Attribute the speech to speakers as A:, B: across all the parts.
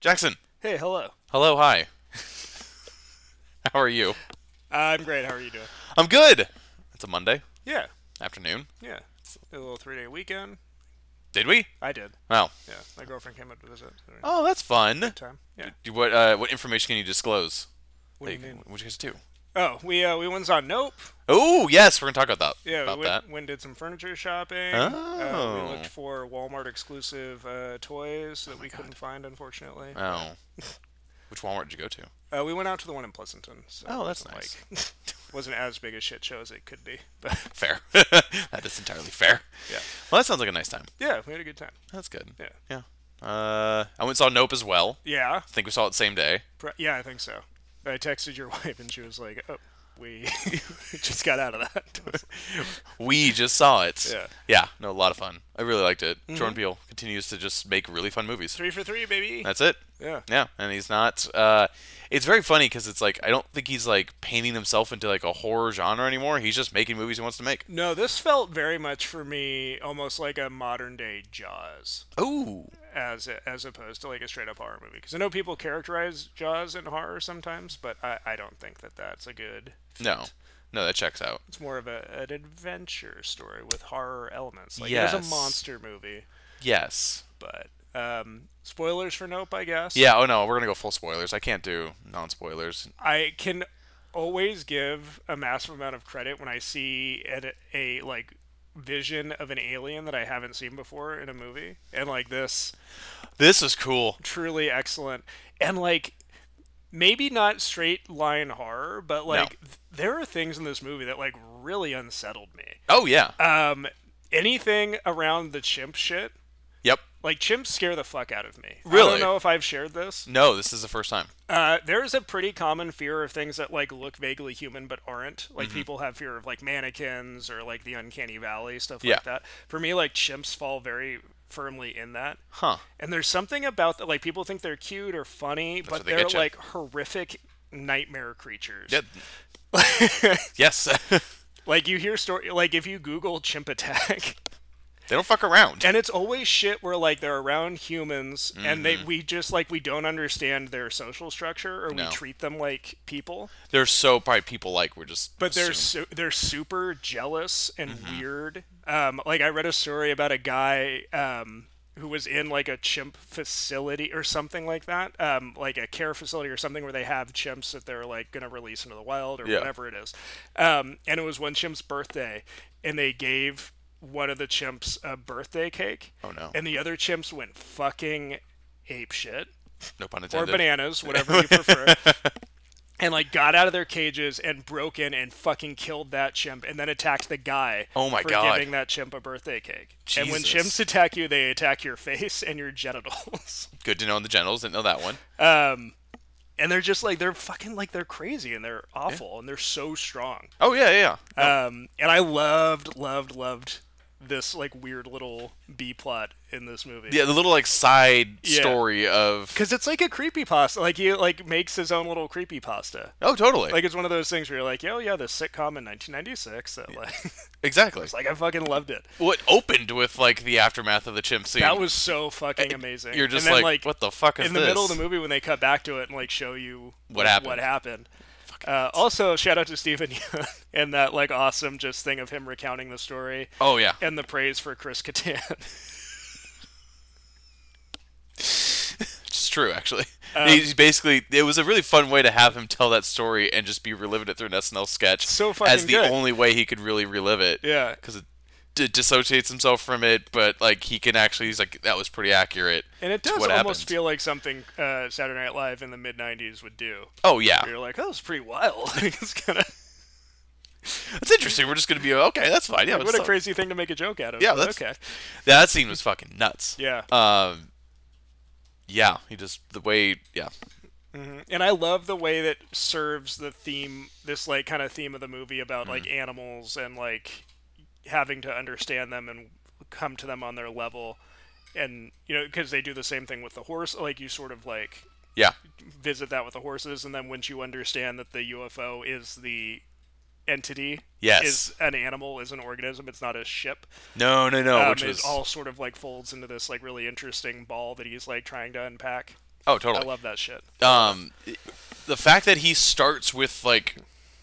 A: Jackson,
B: Hey, hello.
A: hello, hi. How are you?
B: I'm great. How are you doing?
A: I'm good. It's a Monday
B: Yeah,
A: afternoon.
B: yeah. It's a little three day weekend.
A: Did we?
B: I did.
A: Wow.
B: Yeah, my girlfriend came up to visit. during
A: Oh, that's fun.
B: Time. Yeah.
A: Do- What uh, what information can you disclose?
B: What do you
A: Like,
B: mean?
A: What you guys do?
B: Oh, we uh, we went saw Nope.
A: Oh, yes, we're gonna talk about that.
B: Yeah,
A: about
B: we
A: that.
B: went, went did some furniture shopping. Uh,
A: Oh.
B: we looked for Walmart exclusive uh, toys that we couldn't find, unfortunately.
A: Oh. Which Walmart did you go to?
B: Uh, we went out to the one in Pleasanton. So
A: Oh, that's
B: it wasn't,
A: nice.
B: Like, wasn't as big a shit show as it could be, but
A: Fair. that is entirely fair.
B: Yeah.
A: Well, that sounds like a nice time.
B: yeah, we had a good time.
A: That's good.
B: Yeah.
A: Yeah. Uh, I went and saw Nope as well.
B: Yeah,
A: I think we saw it the same day.
B: Pro- yeah, I think so. I texted your wife and she was like, "Oh, we just got out of that."
A: We just saw it.
B: Yeah. Mm-hmm.
A: Yeah. No, a lot of fun. I really liked it. Jordan Peele continues to just make really fun movies.
B: three for three, baby.
A: That's it.
B: yeah.
A: Yeah, and he's not. Uh, it's very funny because it's like I don't think he's like painting himself into like a horror genre anymore. He's just making movies he wants to make.
B: No, this felt very much for me almost like a modern day Jaws,
A: Oh,
B: as as opposed to like a straight up horror movie. Because I know people characterize Jaws in horror sometimes, but I, I don't think that that's a good.
A: no, no, that checks out.
B: It's more of a, an adventure story with horror elements. Like it is
A: Yes.
B: a monster movie,
A: Yes.
B: but um, spoilers for Nope, I guess.
A: Yeah. Oh no, we're gonna go full spoilers. I can't do non-spoilers.
B: I can always give a massive amount of credit when I see a, a like vision of an alien that I haven't seen before in a movie, and like this
A: This is cool.
B: truly excellent, and like maybe not straight line horror, but like th- there are things in this movie that like really unsettled me.
A: Oh yeah.
B: Um, anything around the chimp shit.
A: yep.
B: Like chimps scare the fuck out of me. I
A: Really?
B: don't know if I've shared this.
A: No, this is the first time.
B: Uh, there is a pretty common fear of things that like look vaguely human but aren't. Like
A: Mm-hmm.
B: people have fear of like mannequins or like the uncanny valley stuff
A: Yeah.
B: like that. For me, like chimps fall very firmly in that.
A: Huh.
B: And there's something about that. Like people think they're cute or funny,
A: what
B: but
A: they
B: they're
A: getcha.
B: like horrific nightmare creatures.
A: Yeah. yes. they
B: Like you hear story. Like if you Google chimp attack,
A: don't fuck around.
B: and it's always shit where like they're around humans and they
A: Mm-hmm.
B: we just like we don't understand their social structure or
A: No.
B: we treat them like people.
A: They're so probably people like we're just.
B: but they're
A: assume- Mm-hmm.
B: su- they're super jealous and weird. Um, like I read a story about a guy um, who was in like a chimp facility or something like that, um, like a care facility or something where they have chimps that they're like gonna release into the wild or
A: Yeah.
B: whatever it is. Um, and it was one chimp's birthday, and they gave one of the chimps a birthday cake.
A: Oh, no.
B: And the other chimps went fucking ape shit
A: no pun
B: or
A: intended.
B: bananas, whatever you prefer. And like got out of their cages and broke in and fucking killed that chimp and then attacked the guy
A: Oh my
B: for
A: God.
B: giving that chimp a birthday cake. And when
A: Jesus.
B: chimps attack you, they attack your face and your genitals.
A: Good to know in the genitals. Didn't know that one.
B: Um, and they're just like they're fucking like they're crazy and they're awful and they're so strong.
A: Oh yeah, yeah. yeah.
B: Um, and I loved, loved, loved this like weird little B plot in this movie.
A: Yeah, the little like side
B: Yeah.
A: story of
B: Cause it's like a creepy pasta. Like he like makes his own little creepy pasta.
A: oh, totally,
B: Like it's one of those things where you're like, oh yeah, this sitcom in 1996. That like,
A: exactly.
B: it's like I fucking loved it.
A: What opened with like the aftermath of the chimp scene?
B: That was so fucking amazing.
A: Eh, You're just
B: and then,
A: like, what the fuck is
B: in the middle of the
A: this?
B: movie when they cut back to it and like show you
A: What
B: like,
A: happened.
B: What happened. Uh, also, shout out to Stephen Yeun and that like awesome just thing of him recounting the story
A: Oh yeah,
B: and the praise for Chris Kattan.
A: it's true actually.
B: Um,
A: He's basically, it was a really fun way to have him tell that story and just be reliving it through an SNL sketch
B: So
A: as
B: fucking
A: the
B: good.
A: only way he could really relive it.
B: Yeah.
A: because it d- dissociates himself from it, but like he can actually, he's like, that was pretty accurate.
B: and it
A: to
B: does
A: what
B: almost
A: happened.
B: feel like something uh, Saturday Night Live in the mid 90s would do.
A: Oh yeah,
B: You're like, that was pretty wild. it's kind of
A: that's interesting. We're just gonna be okay. That's fine. Yeah, but
B: what a
A: still-
B: crazy thing to make a joke out of.
A: Yeah,
B: but
A: that's
B: okay.
A: That scene was fucking nuts.
B: Yeah.
A: Um. Yeah, he just the way. Yeah.
B: and I love the way that serves the theme, this like kind of theme of the movie about like
A: Mm-hmm.
B: animals and like having to understand them and come to them on their level, and you know because they do the same thing with the horse. Like you sort of like
A: Yeah.
B: visit that with the horses, and then once you understand that the UFO is the entity,
A: Yes.
B: is an animal, is an organism, it's not a ship.
A: No, no, no.
B: Um,
A: Oh, which
B: is
A: was
B: all sort of like folds into this like really interesting ball that he's like trying to unpack.
A: Oh, totally.
B: I love that shit.
A: um, the fact that he starts with like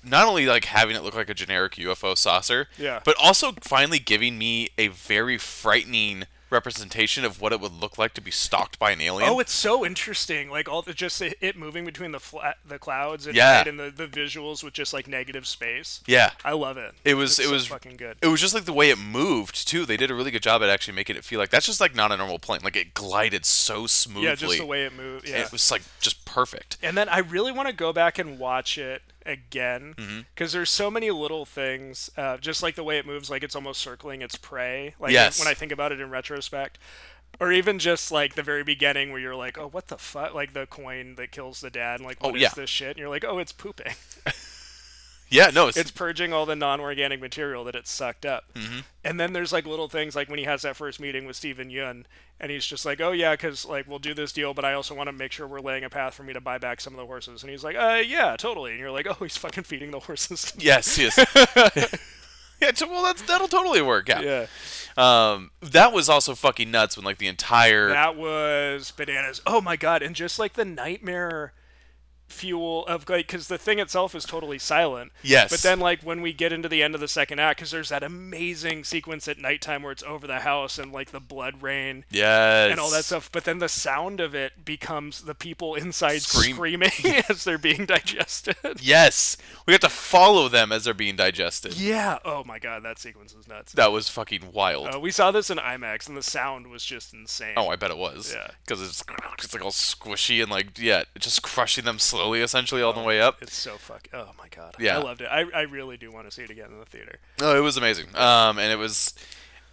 A: not only like having it look like a generic UFO saucer,
B: Yeah.
A: but also finally giving me a very frightening representation of what it would look like to be stalked by an alien.
B: Oh, it's so interesting. Like all the just it it moving between the fla- the clouds and,
A: Yeah.
B: night and the, the visuals with just like negative space.
A: yeah.
B: I love it.
A: It was- it
B: It's so
A: was-
B: fucking good.
A: It was just like the way it moved too. They did a really good job at actually making it feel like that's just like not a normal plane. Like it glided so smoothly.
B: Yeah, just the way it moved. Yeah.
A: It was like just perfect.
B: and then I really want to go back and watch it again
A: Mm-hmm.
B: because there's so many little things, uh, just like the way it moves, like it's almost circling its prey. Like
A: Yes.
B: when I think about it in retrospect, or even just like the very beginning where you're like, oh, what the fuck? Like the coin that kills the dad, and like, what is
A: yeah.
B: this shit? And you're like, oh, it's pooping.
A: Yeah, no, it's,
B: it's Mm-hmm. purging all the non-organic material that it sucked up. And then there's like little things like when he has that first meeting with Steven Yun, and he's just like, "Oh yeah, because like we'll do this deal, but I also want to make sure we're laying a path for me to buy back some of the horses." And he's like, "Uh, yeah, totally." And you're like, "Oh, he's fucking feeding the horses."
A: yes, yes. yeah, so, well, that's that'll totally work out.
B: yeah,
A: Um, that was also fucking nuts when like the entire
B: that was bananas. Oh my god! And just like the nightmare fuel of like because the thing itself is totally silent
A: Yes.
B: but then like when we get into the end of the second act because there's that amazing sequence at nighttime where it's over the house and like the blood rain
A: yes
B: and all that stuff. But then the sound of it becomes the people inside
A: Scream.
B: screaming as they're being digested.
A: Yes, we have to follow them as they're being digested.
B: Yeah. Oh my god, that sequence is nuts.
A: That was fucking wild.
B: Uh, we saw this in IMAX, and the sound was just insane.
A: Oh, I bet it was.
B: Yeah.
A: Because it's, it's like all squishy and like yeah, just crushing them slowly, essentially all the
B: Oh,
A: way up.
B: It's so fuck. Oh my god.
A: Yeah.
B: I loved it. I, I really do want to see it again in the theater.
A: No, it was amazing. Um, and it was,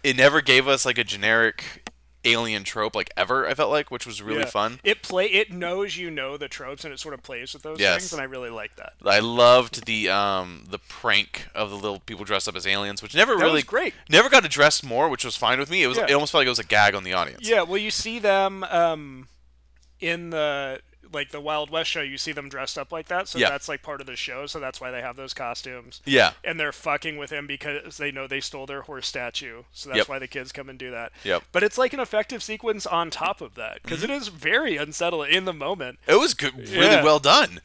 A: it never gave us like a generic alien trope like ever. I felt like, which was really
B: Yeah.
A: fun.
B: It play. It knows you know the tropes, and it sort of plays with those
A: Yes.
B: things, and I really like that.
A: I loved the um the prank of the little people dressed up as aliens, which never
B: That
A: really
B: was great.
A: Never got addressed more, which was fine with me. It was
B: Yeah.
A: it almost felt like it was a gag on the audience.
B: Yeah, well, you see them um, in the like the Wild West show. You see them dressed up like that, so
A: Yeah.
B: that's like part of the show. So that's why they have those costumes.
A: Yeah.
B: And they're fucking with him because they know they stole their horse statue, so that's
A: Yep.
B: why the kids come and do that.
A: Yep. Mm-hmm.
B: But it's like an effective sequence on top of that because is very unsettling in the moment.
A: It was good, really
B: Yeah.
A: well done.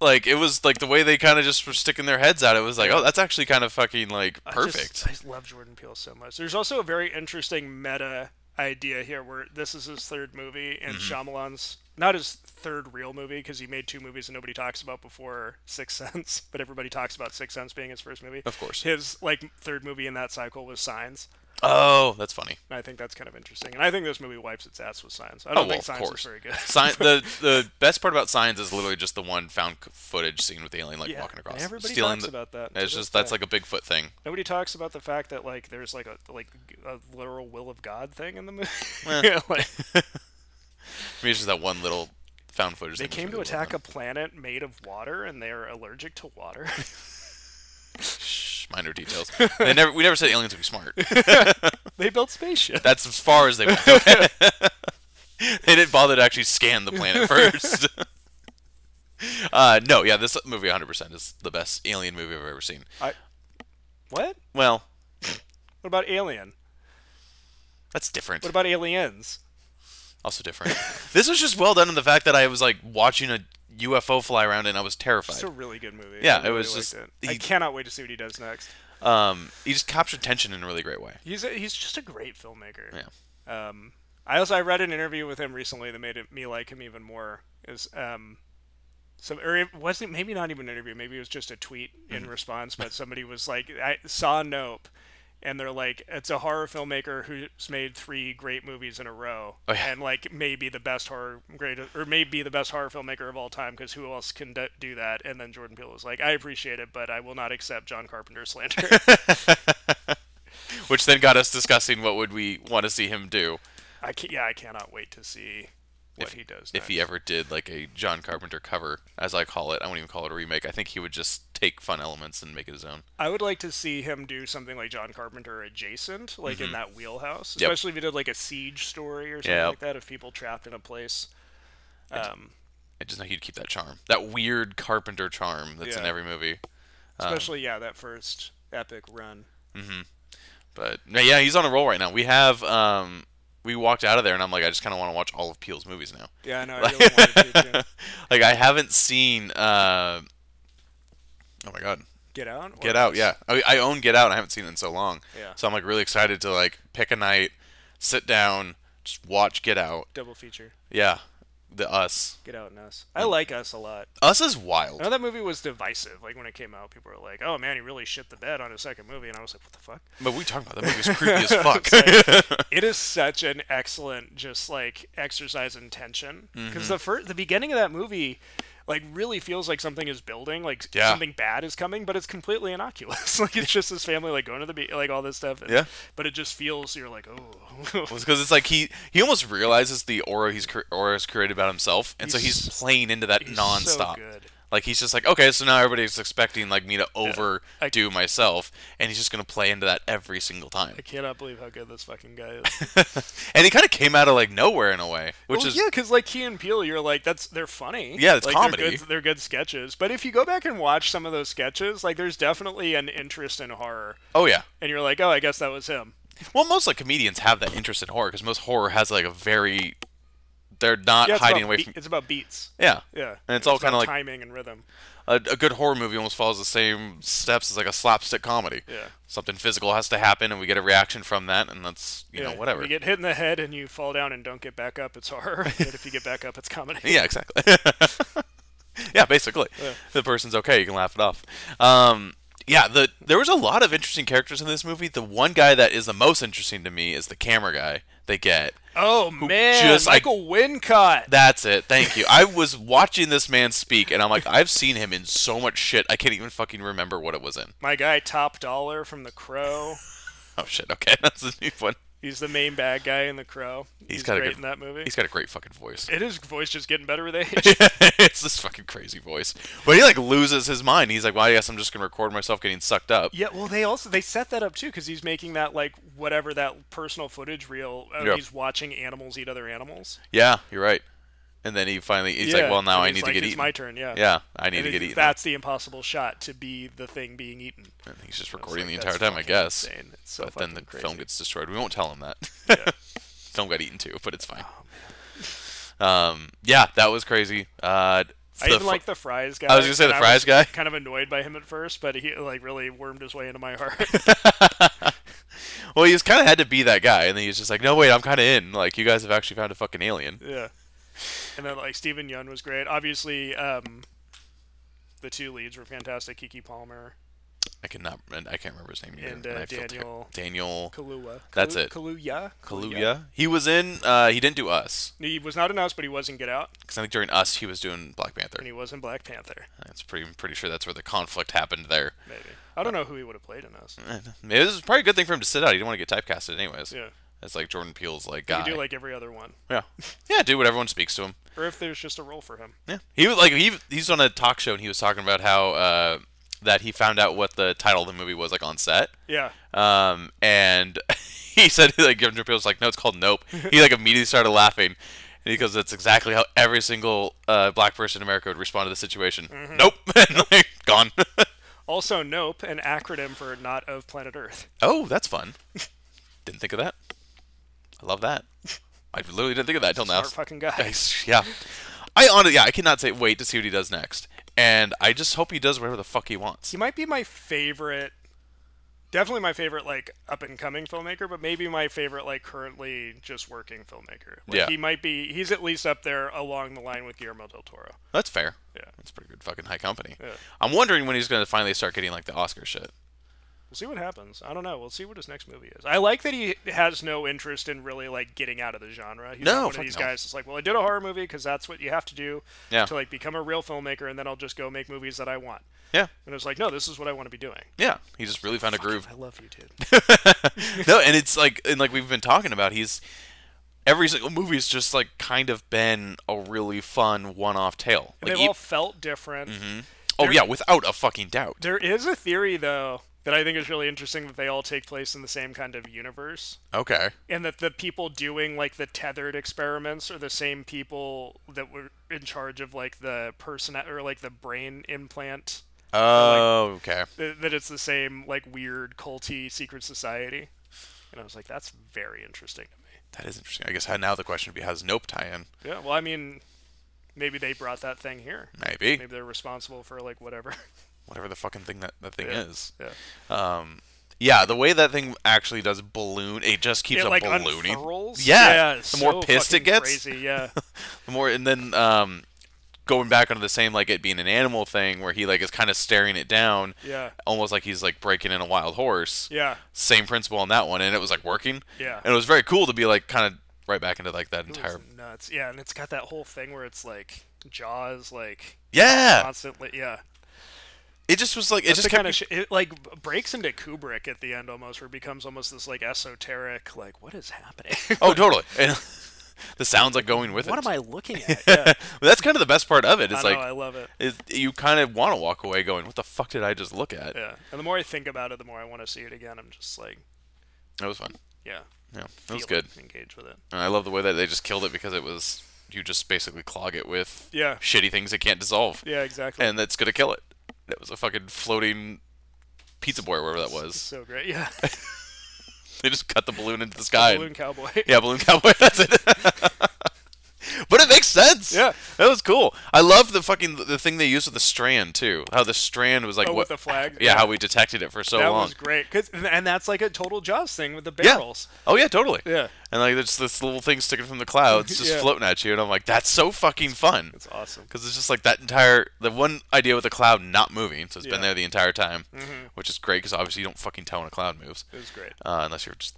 A: Like it was like the way they kind of just were sticking their heads out. It was like, oh, that's actually kind of fucking like
B: I just-
A: perfect.
B: I, love Jordan Peele so much. There's also a very interesting meta idea here where this is his third movie and
A: Mm-hmm.
B: Shyamalan's not his third real movie because he made two movies that nobody talks about before Six Sense, but everybody talks about Six Sense being his first movie.
A: Of course.
B: His like third movie in that cycle was Signs,
A: oh, that's funny.
B: and I think that's kind of interesting. And I think this movie wipes its ass with Signs. I don't
A: Oh, well,
B: think
A: of
B: Signs
A: course.
B: is very good.
A: Sci- the the best part about science is literally just the one found c- footage scene with the alien like
B: Yeah,
A: walking across,
B: and everybody
A: stealing
B: talks
A: the.
B: about that. to
A: It's
B: this
A: just that's
B: day.
A: like a Bigfoot thing.
B: nobody talks about the fact that like there's like a like a literal will of God thing in the movie.
A: Eh.
B: yeah, like,
A: I mean, it's just that one little found footage.
B: They came to attack a planet made of water, and they are allergic to water.
A: minor details. they never we never said aliens would be smart.
B: they built spaceships.
A: That's as far as they went. Okay. they didn't bother to actually scan the planet first. uh, no, yeah, this movie 100% is the best alien movie I've ever seen.
B: I, what?
A: Well,
B: What about Alien?
A: that's different.
B: What about aliens?
A: also different. this was just well done in the fact that I was like watching a UFO fly around and I was
B: It's
A: terrified.
B: a really good movie.
A: Yeah,
B: I
A: it
B: really
A: was
B: liked
A: just-
B: it. I
A: he-
B: cannot wait to see what he does next.
A: Um, he just captured tension in a really great way.
B: He's a, he's just a great filmmaker.
A: Yeah.
B: Um, I also I read an interview with him recently that made it, me like him even more. Is um, some or it wasn't maybe not even an interview, maybe it was just a tweet in
A: Mm-hmm.
B: response. But somebody was like, I saw Nope, and they're like, it's a horror filmmaker who's made three great movies in a row,
A: Oh, yeah.
B: and like maybe the best horror great or maybe the best horror filmmaker of all time because who else can do- do that? And then Jordan Peele was like, I appreciate it, but I will not accept John Carpenter's slander.
A: Which then got us discussing what would we want to see him do
B: I can, yeah, I cannot wait to see what he does.
A: if he
B: next.
A: ever did like a John Carpenter cover, as I call it. I won't even call it a remake. I think he would just take fun elements and make it his own.
B: I would like to see him do something like John Carpenter adjacent, like in that wheelhouse,
A: Mm-hmm. Yep.
B: especially if he did like a siege story or something
A: Yep.
B: like that. Of people trapped in a place. Um,
A: I just know he'd keep that charm, that weird Carpenter charm that's in
B: Yeah.
A: every movie. uh,
B: especially yeah, that first epic run.
A: But no, yeah, he's on a roll right now. We have um, we walked out of there, and I'm like, I just kind of want to watch all of Peel's movies now.
B: Yeah, I know. I really wanted to too.
A: Like I haven't seen. Uh, oh my god,
B: Get out. or
A: Get Out. Yeah, I, I own Get Out. and I haven't seen it in so long.
B: Yeah.
A: So I'm like really excited to like pick a night, sit down, just watch Get Out.
B: Double feature.
A: Yeah, the Us.
B: Get out and us. I
A: Mm.
B: like us a lot.
A: Us is
B: I
A: wild.
B: know that movie was divisive. Like when it came out, people were like, "Oh man, he really shit the bed on his second movie," and I was like, "What the fuck?"
A: But we talking about that movie's creepy as fuck.
B: It is such an excellent, just like exercise in tension.
A: Mm-hmm.
B: Because the first, the beginning of that movie, like really feels like something is building, like
A: Yeah.
B: something bad is coming, but it's completely innocuous. like it's just this family like going to the be- like all this stuff. and-
A: Yeah.
B: But it just feels you're like, oh,
A: because it's like he he almost realizes the aura he's cre- aura's created about himself, and so
B: He's-
A: he's playing into that
B: he's so
A: nonstop.
B: good.
A: Like he's just like, okay, so now everybody's expecting like me to overdo myself, and he's just gonna play into that every single time.
B: I cannot believe how good this fucking guy is.
A: and he kind of came out of like nowhere in a way, which
B: Well,
A: is
B: yeah, because like Key and Peele, you're like that's they're funny.
A: Yeah, it's
B: like, They're
A: comedy.
B: good, they're good sketches, but if you go back and watch some of those sketches, like there's definitely an interest in horror,
A: oh yeah.
B: and you're like, oh, I guess that was him.
A: Well, most like comedians have that interest in horror because most horror has like a very they're not
B: Yeah, it's
A: hiding
B: about
A: away
B: be-
A: from
B: It's about beats.
A: yeah.
B: Yeah,
A: And it's all
B: about
A: kinda like-
B: timing and rhythm.
A: A, a good horror movie almost follows the same steps as like a slapstick comedy.
B: Yeah.
A: Something physical has to happen, and we get a reaction from that, and that's you
B: yeah,
A: know whatever.
B: You get hit in the head and you fall down and don't get back up. It's horror. but if you get back up, it's comedy.
A: Yeah, exactly. yeah, basically, the person's okay. You can laugh it off. Um, yeah, the there was a lot of interesting characters in this movie. The one guy that is the most interesting to me is the camera guy they get.
B: Oh man,
A: just, like-
B: Michael Wincott.
A: That's it. Thank you. I was watching this man speak, and I'm like, I've seen him in so much shit. I can't even fucking remember what it was in.
B: My guy, Top Dollar from The Crow.
A: Oh shit. Okay, that's a new one.
B: He's the main bad guy in The Crow. He's,
A: got a
B: great
A: good-
B: in that movie.
A: He's got a great fucking voice.
B: It is voice just getting better with age.
A: it's this fucking crazy voice, but he like loses his mind. He's like, "Well, I guess I'm just gonna record myself getting sucked up."
B: Yeah, well, they also they set that up too because he's making that like whatever that personal footage reel. Uh,
A: Yeah.
B: He's watching animals eat other animals.
A: Yeah, you're right. And then he finally he's
B: Yeah,
A: like, "Well, now
B: and
A: I
B: he's
A: need
B: like,
A: to get
B: it's
A: eaten."
B: My turn. Yeah.
A: Yeah, I need
B: And
A: to
B: it-
A: get eaten.
B: That's the impossible shot to be the thing being eaten.
A: And he's just
B: It's
A: recording the
B: like,
A: entire
B: that's
A: time, I
B: fucking
A: guess.
B: Insane. It's so
A: but then the
B: fucking crazy.
A: film gets destroyed. We won't tell him that. film got eaten too, but it's fine.
B: Oh,
A: um, yeah, that was crazy. Uh,
B: I
A: the
B: even
A: fu-
B: like the fries guy.
A: I was gonna say the
B: and
A: fries guy.
B: Kind of annoyed by him at first, but he like really wormed his way into my heart.
A: Well, he just kind of had to be that guy, and then he was just like, "No, wait, I'm kind of in. Like, you guys have actually found a fucking alien."
B: Yeah. And then like Stephen Yun was great. Obviously, um, the two leads were fantastic: Kiki Palmer,
A: I cannot, and I can't remember his name either.
B: And, uh,
A: I feel ter-
B: Daniel-
A: Daniel
B: Kalua.
A: That's
B: Kalu-
A: it.
B: Kaluuya.
A: Kaluuya. He was in. Uh, he didn't do Us
B: He was not in Us, but he was in Get Out,
A: because I think during Us he was doing Black Panther.
B: and he was in Black Panther.
A: That's pretty. I'm pretty sure that's where the conflict happened there.
B: Maybe I
A: Uh,
B: don't know who he would have played in Us.
A: Eh, It was probably a good thing for him to sit out. He didn't want to get typecasted, anyways.
B: Yeah,
A: It's like Jordan Peele's like
B: he
A: guy.
B: could do like every other one,
A: yeah, yeah, do what everyone speaks to him.
B: or if there's just a role for him.
A: Yeah, he was like he he's on a talk show and he was talking about how uh, that he found out what the title of the movie was like on set.
B: Yeah,
A: Um, and he said like Jordan Peele was like, no, it's called Nope. He like immediately started laughing. And he goes, that's exactly how every single uh, black person in America would respond to the situation. Nope, and like, gone.
B: Also, Nope, an acronym for not of planet Earth.
A: Oh, that's fun. didn't think of that. I love that. I literally didn't think of that until now.
B: Smart fucking guy.
A: Oh. Nice. Yeah. I honestly, yeah, I cannot say wait to see what he does next. And I just hope he does whatever the fuck he wants.
B: He might be my favorite, definitely my favorite like up and coming filmmaker, but maybe my favorite like currently just working filmmaker. Like,
A: Yeah.
B: he might be. He's at least up there along the line with Guillermo del Toro.
A: That's fair.
B: Yeah.
A: That's pretty good fucking high company.
B: Yeah.
A: I'm wondering when he's going to finally start getting like the Oscar shit.
B: We'll see what happens. I don't know. We'll see what his next movie is. I like that he has no interest in really like getting out of the genre. He's
A: No,
B: not one of
A: fuck
B: these
A: no.
B: guys that's like, well, I did a horror movie because that's what you have to do
A: Yeah.
B: to like become a real filmmaker, and then I'll just go make movies that I want.
A: Yeah.
B: And it's like, no, this is what I want to be doing.
A: Yeah. He just really found a groove.
B: I love you, dude.
A: no, and it's like and like we've been talking about, he's every single movie's just like kind of been a really fun one-off tale. Like
B: They've
A: e-
B: all felt different.
A: oh yeah, without a fucking doubt.
B: There is a theory though that I think is really interesting that they all take place in the same kind of universe.
A: Okay.
B: and that the people doing like the tethered experiments are the same people that were in charge of like the person or like the brain implant
A: Oh, okay.
B: th- that it's the same like weird culty secret society and i was like that's very interesting to me
A: That is interesting. I guess how- now the question would be, how does Nope tie in?
B: Yeah. Well, I mean, maybe they brought that thing here.
A: Maybe,
B: Maybe they're responsible for like whatever.
A: whatever the fucking thing that that thing
B: Yeah.
A: is.
B: yeah.
A: Um, yeah, the way that thing actually does balloon, it just keeps
B: It
A: a
B: like
A: ballooning.
B: unfurls.
A: Yeah,
B: the
A: the more pissed it gets.
B: Crazy. Yeah.
A: The more, and then um, going back onto the same like it being an animal thing, where he like is kind of staring it down,
B: Yeah.
A: almost like he's like breaking in a wild horse.
B: Yeah.
A: Same principle on that one, and it was like working.
B: Yeah.
A: and it was very cool to be like kind of right back into like that
B: It was
A: entire.
B: nuts. Yeah, and it's got that whole thing where it's like Jaws, like
A: Yeah,
B: constantly. Yeah.
A: it just was like it
B: It's
A: just
B: the
A: kept.
B: kind of sh- it like b- breaks into Kubrick at the end almost, or becomes almost this like esoteric, like what is happening?
A: oh, totally. And the sounds like going with
B: what
A: it.
B: am I looking at? Yeah,
A: Well, that's kind of the best part of it.
B: uh, I
A: It's
B: know,
A: like
B: I love it.
A: is you kind of want to walk away going, "What the fuck did I just look at?"
B: Yeah, and the more I think about it, the more I want to see it again. I'm just like,
A: That was fun.
B: yeah,
A: Yeah, that was
B: feel
A: good.
B: It, engage with it.
A: And I love the way that they just killed it because it was you just basically clog it with
B: Yeah,
A: shitty things it can't dissolve,
B: yeah, exactly.
A: and that's gonna kill it. It was a fucking floating pizza boy, or wherever that was.
B: so great. Yeah,
A: They just cut the balloon into the sky. and-
B: Balloon Cowboy.
A: Yeah, balloon cowboy. That's it. but it makes sense.
B: Yeah.
A: that was cool. I love the fucking the thing they used with the strand too. How the strand was like
B: Oh,
A: what
B: with the flag?
A: Yeah,
B: Yeah.
A: how we detected it for so
B: that
A: long.
B: was great. 'Cause- and that's like a total Jaws thing with the
A: Yeah.
B: barrels.
A: Oh yeah, totally.
B: Yeah.
A: And like there's this little thing sticking from the clouds, just
B: Yeah.
A: floating at you, and I'm like, that's so fucking fun.
B: It's awesome.
A: Because it's just like that entire the one idea with a cloud not moving, so it's been
B: Yeah. Mm-hmm.
A: there the entire time, which is great because obviously you don't fucking tell when a cloud moves
B: It was great.
A: uh, unless you're just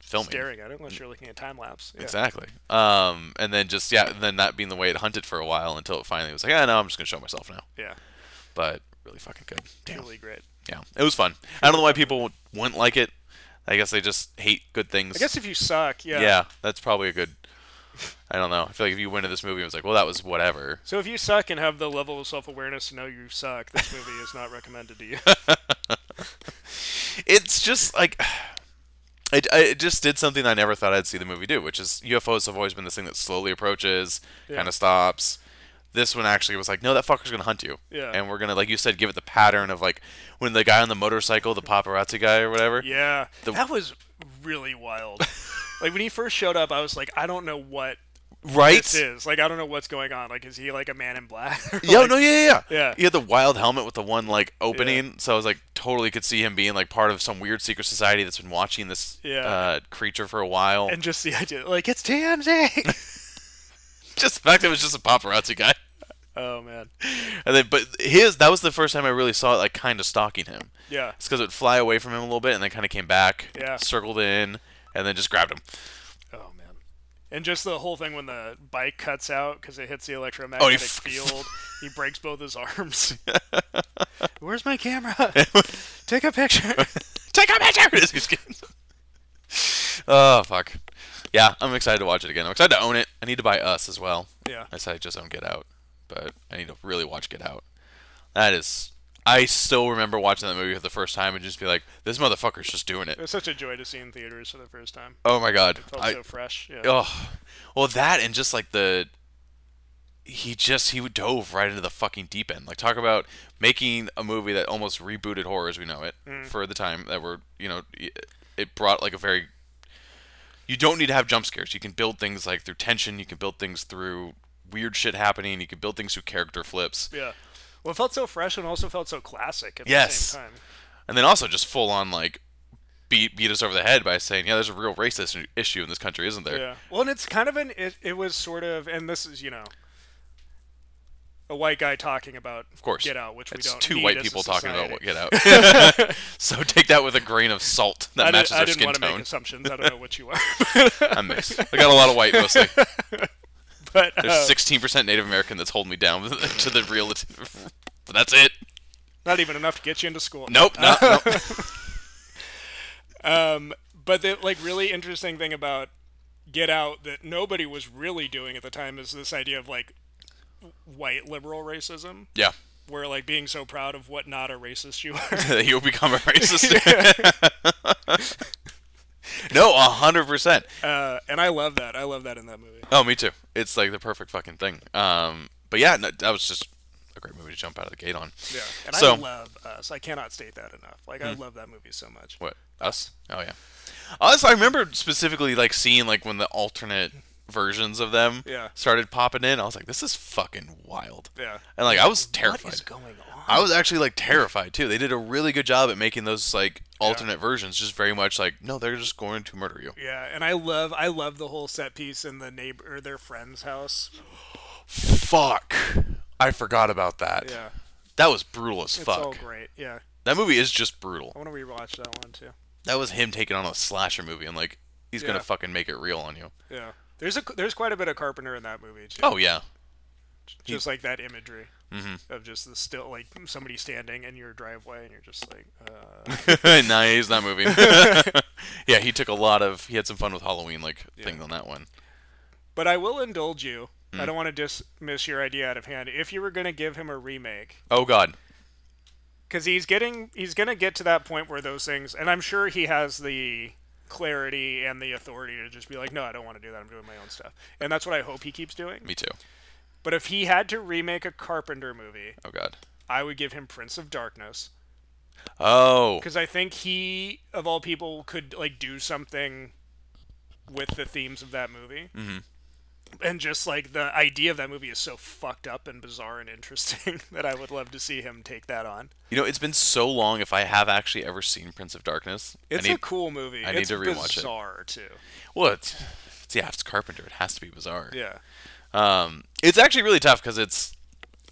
A: filming.
B: Staring at it unless you're looking at time lapse. Yeah.
A: Exactly. Um, and then just yeah, and then that being the way it hunted for a while until it finally was like, ah, no, I'm just gonna show myself now.
B: Yeah,
A: But really fucking good. Damn.
B: really great.
A: Yeah, it was fun. I don't know why people wouldn't like it. I guess they just hate good things.
B: I guess if you suck, yeah.
A: Yeah, that's probably a good. I don't know. I feel like if you went to this movie, it was like, well, that was whatever.
B: So if you suck and have the level of self-awareness to know you suck, this movie is not recommended to you.
A: It's just like. It, I- it just did something I never thought I'd see the movie do, which is UFOs have always been this thing that slowly approaches,
B: Yeah.
A: kind of stops. This one actually was like, no, that fucker's gonna hunt you,
B: Yeah.
A: and we're gonna, like you said, give it the pattern of like when the guy on the motorcycle, the paparazzi guy or whatever,
B: Yeah,
A: The-
B: that was really wild. like when he first showed up, I was like, I don't know what
A: right?
B: this is. Like I don't know what's going on. Like is he like a man in black? Or,
A: Yeah,
B: like-
A: no, yeah, yeah, yeah.
B: Yeah.
A: He had the wild helmet with the one like opening, so I was like totally could see him being like part of some weird secret society that's been watching this
B: Yeah.
A: uh, creature for a while.
B: And just the idea, like it's TMZ.
A: just the fact that it was just a paparazzi guy.
B: oh man,
A: And then, but his that was the first time I really saw it like kind of stalking him.
B: yeah,
A: It's because it would fly away from him a little bit and then kind of came back,
B: Yeah.
A: circled in, and then just grabbed him.
B: oh man. And just the whole thing when the bike cuts out because it hits the electromagnetic
A: Oh, he f-
B: field, he breaks both his arms. Where's my camera? Take a picture.
A: Take a picture. Just- just kidding. oh fuck. Yeah, I'm excited to watch it again. I'm excited to own it. I need to buy Us as well.
B: yeah,
A: I said I just don't Get Out, but I need to really watch Get Out. That is, I still remember watching that movie for the first time and just be like, this motherfucker's just doing
B: it
A: it.
B: was such a joy to see in theaters for the first time.
A: Oh my god.
B: Felt
A: I,
B: so fresh. Yeah.
A: oh, well that and just like the, he just he dove right into the fucking deep end. Like talk about making a movie that almost rebooted horror as we know it for the time that were you know y- it brought like a very. You don't need to have jump scares. You can build things like through tension. You can build things through weird shit happening. You can build things through character flips.
B: Yeah. Well, it felt so fresh and also felt so classic at the
A: Yes.
B: same time.
A: and then also just full on like beat beat us over the head by saying, yeah, there's a real racist i- issue in this country, isn't there?
B: Yeah. Well, and it's kind of an it, it was sort of and this is you know a white guy talking about of
A: course.
B: Get Out, which we
A: It's
B: don't.
A: two
B: need
A: white
B: as a
A: people talking about
B: society.
A: what Get Out. so take that with a grain of salt that
B: I,
A: matches
B: did, I
A: our
B: didn't
A: skin
B: want to make
A: tone.
B: assumptions. I don't know what you are,
A: I'm mixed. I got a lot of white mostly.
B: but uh,
A: There's 16% Native American that's holding me down to the real. But that's it.
B: not even enough to get you into school.
A: Nope. No, nope.
B: Um, but the like really interesting thing about Get Out that nobody was really doing at the time is this idea of like white liberal racism,
A: Yeah.
B: where like being so proud of what not a racist you are.
A: that you'll become a racist. no, 100%.
B: Uh, and I love that. I love that in that movie.
A: Oh, me too. It's like the perfect fucking thing. Um, but yeah, no, that was just a great movie to jump out of the gate on.
B: Yeah, and
A: So-
B: I love Us. I cannot state that enough. Like I love that movie so much.
A: What us? Oh yeah, us. I remember specifically like seeing like when the alternate versions of them
B: Yeah.
A: started popping in. I was like, this is fucking wild.
B: Yeah.
A: And like I was
B: What
A: terrified.
B: is going on?
A: I was actually like terrified too. They did a really good job at making those like alternate versions, just very much like no, they're just going to murder you.
B: yeah, and I love I love the whole set piece in the neighbor or their friend's house.
A: Fuck, I forgot about that.
B: Yeah,
A: That was brutal as
B: it's
A: fuck.
B: all great. Yeah,
A: That movie is just
B: I
A: brutal.
B: want to rewatch that one too.
A: That was him taking on a slasher movie and like he's gonna
B: Yeah.
A: fucking make it real on you.
B: Yeah, there's a there's quite a bit of Carpenter in that movie too.
A: Oh yeah,
B: just like that imagery of just the still like somebody standing in your driveway and you're just like, uh,
A: nah, he's not moving. yeah, he took a lot of. He had some fun with Halloween like things on that one.
B: but I will indulge you. I don't want to dismiss your idea out of hand. If you were going to give him a remake,
A: Oh God,
B: because he's getting he's gonna get to that point where those things and i'm sure he has the clarity and the authority to just be like no i don't want to do that i'm doing my own stuff and that's what i hope he keeps doing
A: me too.
B: but if he had to remake a carpenter movie
A: Oh God.
B: i would give him prince of darkness
A: Oh
B: because i think he of all people could like do something with the themes of that movie mm-hmm. and just like the idea of that movie is so fucked up and bizarre and interesting that i would love to see him take that on
A: You know, it's been so long if I have actually ever seen Prince of Darkness. I
B: it's
A: need,
B: a cool movie
A: I need
B: it's
A: to rewatch it.
B: bizarre too
A: well, it's, it's- yeah, it's Carpenter. It has to be bizarre.
B: yeah
A: Um, it's actually really tough because it's.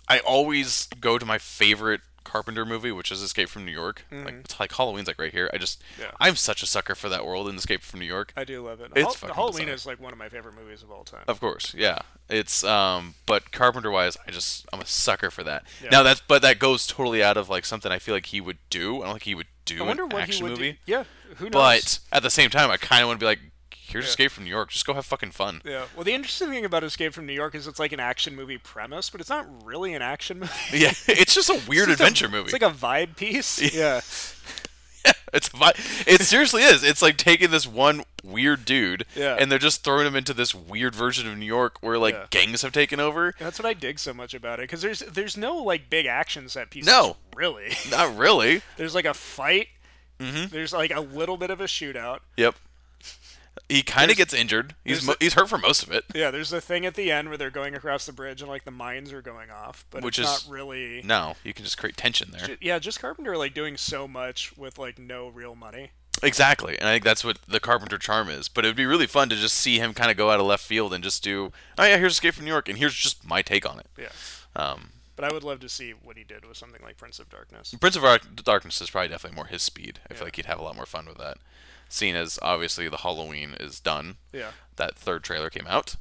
A: I always go to my favorite Carpenter movie, which is Escape from New York. Like it's like Halloween's like right here. I just
B: Mm-hmm. Yeah.
A: I'm such a sucker for that world in Escape from New York.
B: I do love it.
A: It's
B: Hall-
A: fucking
B: Halloween
A: bizarre.
B: is like one of my favorite movies of all time.
A: Of course, yeah. It's um, but Carpenter wise, I just I'm a sucker for that. Now that's but that goes totally out of like something I feel like he would do. I don't think he would do
B: I wonder
A: an
B: what
A: action
B: he would
A: movie.
B: do. Yeah, who knows?
A: But at the same time, I kind of want to be like, here's Escape from New York. Just go have fucking fun.
B: yeah. Well, the interesting thing about Escape from New York is it's like an action movie premise, but it's not really an action movie.
A: Yeah, it's just a weird
B: It's a-
A: adventure movie.
B: It's like a vibe piece. Yeah.
A: It's vi- it seriously is. It's like taking this one weird dude,
B: Yeah.
A: and they're just throwing him into this weird version of New York where like
B: Yeah.
A: gangs have taken over.
B: That's what I dig so much about it because there's there's no like big action set pieces.
A: No.
B: Really.
A: Not really.
B: There's like a fight.
A: Mm-hmm.
B: There's like a little bit of a shootout.
A: Yep. He kind of gets injured. He's
B: there's
A: mo- he's hurt for most of it.
B: Yeah, there's a thing at the end where they're going across the bridge and like the mines are going off, but
A: Which
B: it's
A: is-
B: not really.
A: No, you can just create tension there.
B: Ju- Yeah, just Carpenter like doing so much with like no real money.
A: Exactly, and I think that's what the Carpenter charm is. But it would be really fun to just see him kind of go out of left field and just do, oh yeah, here's Escape from New York, and here's just my take on it.
B: Yeah.
A: Um,
B: But I would love to see what he did with something like Prince of Darkness.
A: Prince of Ar- Darkness is probably definitely more his speed. I feel like he'd have a lot more fun with that. Seeing as obviously the Halloween is done.
B: Yeah.
A: That third trailer came out.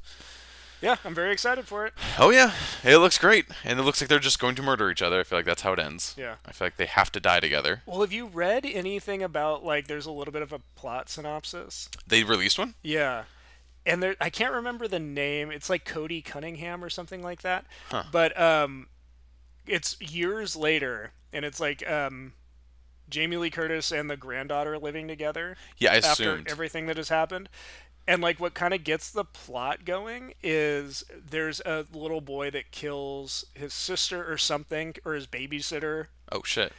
B: Yeah, I'm very excited for it.
A: Oh yeah, it looks great, and it looks like they're just going to murder each other. I feel like that's how it ends.
B: Yeah.
A: I feel like they have to die together.
B: Well, have you read anything about like there's a little bit of a plot synopsis?
A: They released one.
B: Yeah. And there I can't remember the name. It's like Cody Cunningham or something like that. But um it's years later and it's like um Jamie Lee Curtis and the granddaughter living together.
A: Yeah, I
B: after
A: assumed.
B: everything that has happened. And like what kind of gets the plot going is there's a little boy that kills his sister or something or his babysitter
A: oh shit,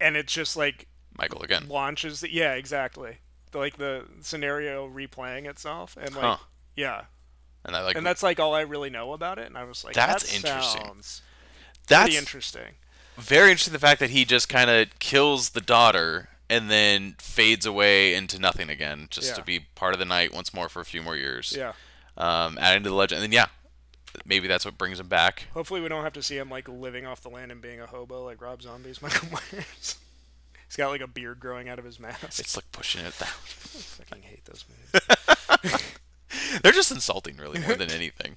B: and it just like
A: Michael again.
B: launches the yeah, exactly. Like the scenario replaying itself and like
A: Huh.
B: yeah.
A: And I like
B: And that's like all I really know about it and I was like
A: That's
B: that
A: interesting.
B: sounds
A: that's
B: pretty interesting.
A: very interesting. The fact that he just kind of kills the daughter and then fades away into nothing again, just
B: Yeah.
A: to be part of the night once more for a few more years.
B: Yeah.
A: um, adding to the legend. And then, yeah, maybe that's what brings him back.
B: Hopefully we don't have to see him like living off the land and being a hobo like Rob Zombie's Michael Myers. He's got like a beard growing out of his mask.
A: It's like pushing it down.
B: fucking hate those movies.
A: They're just insulting, really, more than anything.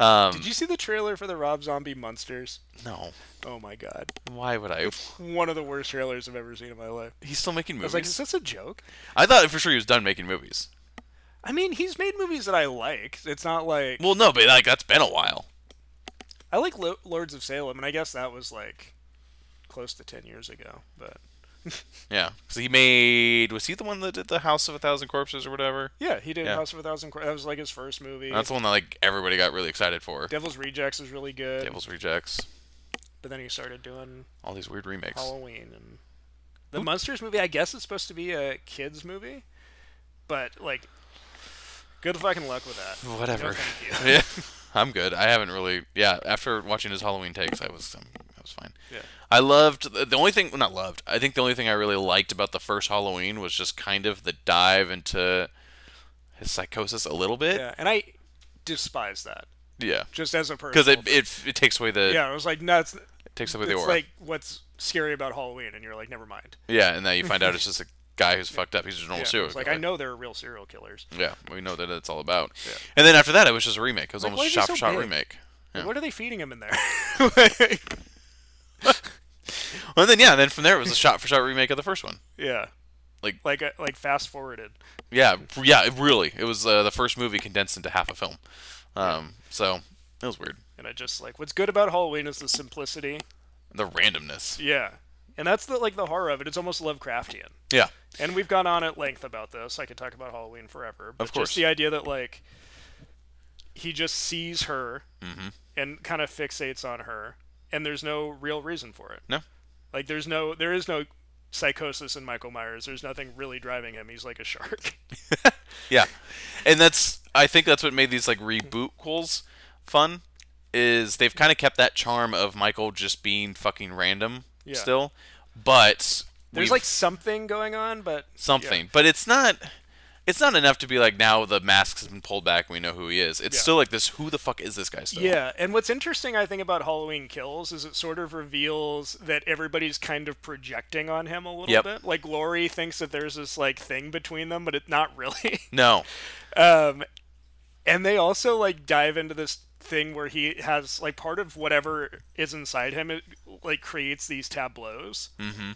A: Um,
B: Did you see the trailer for the Rob Zombie Monsters?
A: no,
B: Oh my god.
A: why would I?
B: One of the worst trailers I've ever seen in my life.
A: He's still making
B: I was like,
A: movies.
B: is this a joke?
A: I thought for sure he was done making movies.
B: I mean, he's made movies that I like. It's not like
A: Well, no, but like that's been a while.
B: I like Lo- Lords of Salem, and I guess that was like close to ten years ago. But
A: Yeah, because he made was he the one that did the House of a Thousand Corpses or whatever?
B: Yeah, he did
A: Yeah.
B: House of a Thousand. Cor- that was like his first movie.
A: That's the one that like everybody got really excited for.
B: Devil's Rejects is really good.
A: Devil's Rejects,
B: But then he started doing
A: all these weird remakes.
B: Halloween and the Monsters movie. I guess it's supposed to be a kids movie, but like, good fucking luck with that.
A: Whatever.
B: No, thank you.
A: yeah, I'm good. I haven't really. Yeah, after watching his Halloween takes, I was um, I was fine.
B: Yeah.
A: I loved the the only thing well, not loved. I think the only thing I really liked about the first Halloween was just kind of the dive into his psychosis a little bit.
B: Yeah, and I despise that
A: Yeah.
B: just as a person.
A: Because it, it it takes away the
B: yeah, I was like, no, it's,
A: takes away the
B: it's
A: aura.
B: like what's scary about Halloween, and you're like, never mind.
A: yeah, and then you find out it's just a guy who's fucked up. He's just a normal
B: Yeah,
A: serial
B: it's like
A: killer.
B: I know there are real serial killers.
A: Yeah, we know that it's all about. And then after that, it was just a remake. It was
B: why
A: almost
B: is
A: a
B: it
A: shot
B: so
A: for shot
B: big?
A: remake. Yeah.
B: What are they feeding him in there? Like,
A: Well, and then yeah, then from there it was a shot for shot remake of the first one.
B: yeah,
A: Like-
B: like uh, like fast forwarded.
A: Yeah, yeah, it really. It was uh, the first movie condensed into half a film. Um, so it was weird.
B: and I just like what's good about Halloween is the simplicity.
A: The randomness.
B: Yeah, and that's the like the horror of it. It's almost Lovecraftian,
A: Yeah.
B: and we've gone on at length about this. I could talk about Halloween forever, but
A: Of course.
B: just the idea that like he just sees her
A: Mm-hmm.
B: and kind of fixates on her, and there's no real reason for it.
A: No.
B: Like there's no there is no psychosis in Michael Myers. There's nothing really driving him. He's like a shark.
A: Yeah, and that's I think that's what made these like rebootquels fun. Is they've kind of kept that charm of Michael just being fucking random
B: Yeah.
A: still, but
B: There's
A: we've-
B: like something going on, but
A: something. But it's not it's not enough to be like now the mask has been pulled back and we know who he is. It's
B: Yeah.
A: still like this who the fuck is this guy still?
B: Yeah, and what's interesting, I think, about Halloween Kills is it sort of reveals that everybody's kind of projecting on him a little
A: Yep.
B: bit. Like Laurie thinks that there's this like thing between them, but it's not really.
A: No.
B: um, and they also like dive into this thing where he has like part of whatever is inside him it like creates these tableaus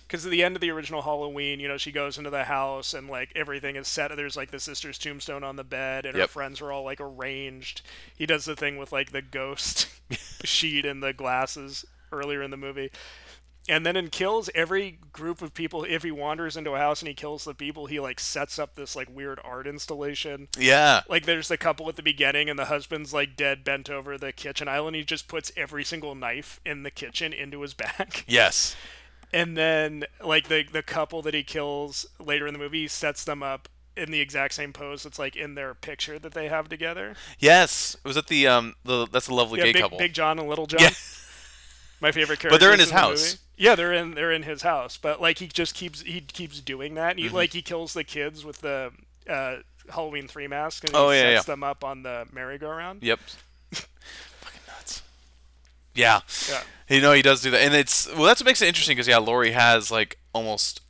B: because at the end of the original halloween you know she goes into the house and like everything is set there's like the sister's tombstone on the bed and her
A: Yep.
B: friends are all like arranged he does the thing with like the ghost sheet and the glasses earlier in the movie and then in kills every group of people if he wanders into a house and he kills the people he like sets up this like weird art installation
A: Yeah.
B: like there's the couple at the beginning and the husband's like dead bent over the kitchen island he just puts every single knife in the kitchen into his back
A: Yes.
B: and then like the the couple that he kills later in the movie he sets them up in the exact same pose that's like in their picture that they have together
A: Yes. It was at the um the that's a lovely
B: yeah
A: gay
B: big,
A: couple.
B: big john and little john
A: Yeah.
B: my favorite character
A: But they're in his house.
B: yeah they're in they're in his house but like he just keeps he keeps doing that
A: Mm-hmm.
B: he like he kills the kids with the uh halloween 3 mask and he
A: Oh, yeah,
B: sets
A: yeah.
B: them up on the merry-go-round
A: Yep. Fucking nuts. Yeah.
B: Yeah.
A: You know he does do that, and it's well that's what makes it interesting because yeah, Lori has like almost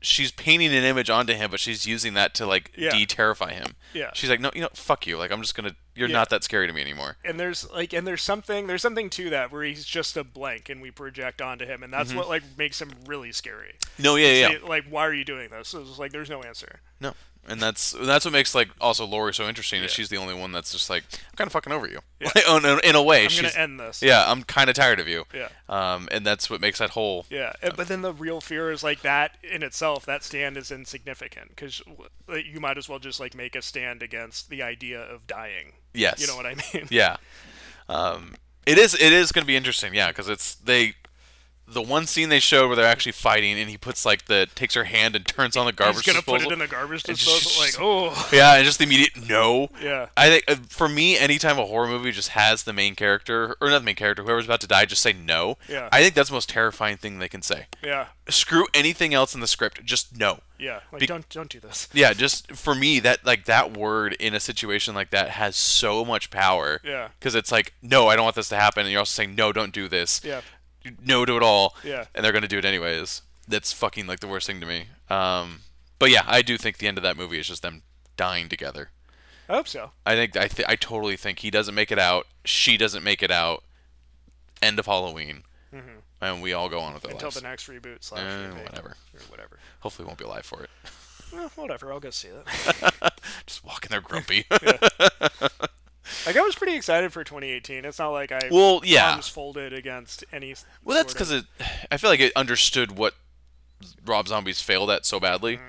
A: she's painting an image onto him, but she's using that to like
B: Yeah.
A: de-terrify him.
B: Yeah.
A: She's like, no, you know, fuck you. Like I'm just gonna. You're
B: Yeah.
A: not that scary to me anymore.
B: and there's like and there's something there's something to that where he's just a blank and we project onto him and that's what like makes him really scary
A: No. Yeah. Mm-hmm. Yeah. yeah.
B: It- like why are you doing this it's just like there's no answer
A: No, and that's that's what makes like also Lori so interesting is she's the only one that's just like I'm kind of fucking over you. Like, in, a- in a way,
B: i'm
A: she's
B: gonna end this
A: yeah, I'm kind of tired of you.
B: Yeah.
A: Um, and that's what makes that whole
B: yeah and- but then the real fear is like that in itself that stand is insignificant because you might as well just like make a stand against the idea of dying
A: yes.
B: you know what i mean
A: Yeah. Um, it is it is gonna be interesting. Yeah, because it's they. The one scene they showed where they're actually fighting, and he puts like the takes her hand and turns on the garbage
B: He's gonna
A: disposal.
B: put it in the garbage
A: It's
B: disposal. Like,
A: just-
B: oh,
A: Yeah, and just the immediate no.
B: Yeah.
A: I think uh, for me, anytime a horror movie just has the main character or not the main character, whoever's about to die, just say no.
B: Yeah.
A: I think that's the most terrifying thing they can say.
B: oh, yeah,
A: Screw anything else in the script. Just no.
B: yeah. Like,
A: Be-
B: don't don't do this.
A: Yeah. Just for me, that like that word in a situation like that has so much power.
B: Yeah.
A: Because it's like no, I don't want this to happen, and you're also saying no, don't do this.
B: Yeah.
A: No to it all.
B: Yeah.
A: And they're gonna do it anyways. That's fucking like the worst thing to me. Um, but yeah, I do think the end of that movie is just them dying together.
B: I hope so.
A: I think I th- I totally think he doesn't make it out. She doesn't make it out. End of Halloween, and we all go on with our
B: Mm-hmm. Until
A: lives.
B: the next reboot slash
A: Eh,
B: remake
A: whatever.
B: or whatever.
A: Hopefully, we won't be alive for it.
B: Eh, whatever. I'll go see it.
A: Just walking there grumpy.
B: Like I was pretty excited for 2018. It's not like I
A: well, yeah.
B: arms folded against any.
A: Well, that's
B: sort of-
A: because it. I feel like it understood what Rob Zombie's failed at so badly.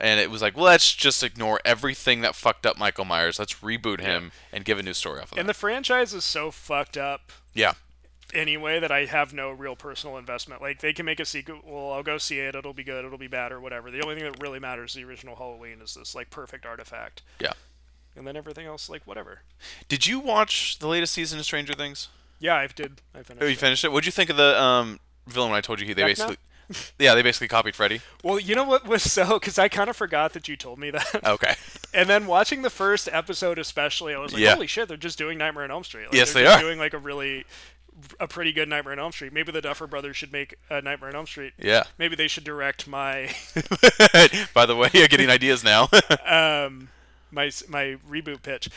A: And it was like, let's just ignore everything that fucked up Michael Myers. Let's reboot him and give a new story off of
B: And
A: that.
B: the franchise is so fucked up
A: yeah.
B: anyway that I have no real personal investment. Like they can make a sequel, well, I'll go see it, it'll be good, it'll be bad or whatever. The only thing that really matters to the original Halloween is this like perfect artifact.
A: Yeah.
B: And then everything else like whatever.
A: Did you watch the latest season of Stranger Things?
B: Yeah, I did. I finished.
A: Oh, you
B: it.
A: finished it? What'd you think of the um, villain I told you he they
B: Vecna?
A: basically Yeah, they basically copied Freddy.
B: Well, you know what was so cuz I kind of forgot that you told me that.
A: Okay.
B: And then watching the first episode, especially, I was like,
A: Yeah.
B: "Holy shit! They're just doing Nightmare on Elm Street." Like,
A: Yes,
B: they're
A: they
B: just
A: are.
B: doing like a really, a pretty good Nightmare on Elm Street. Maybe the Duffer Brothers should make a Nightmare on Elm Street.
A: Yeah.
B: Maybe they should direct my
A: By the way, you're getting ideas now.
B: my s- my reboot pitch.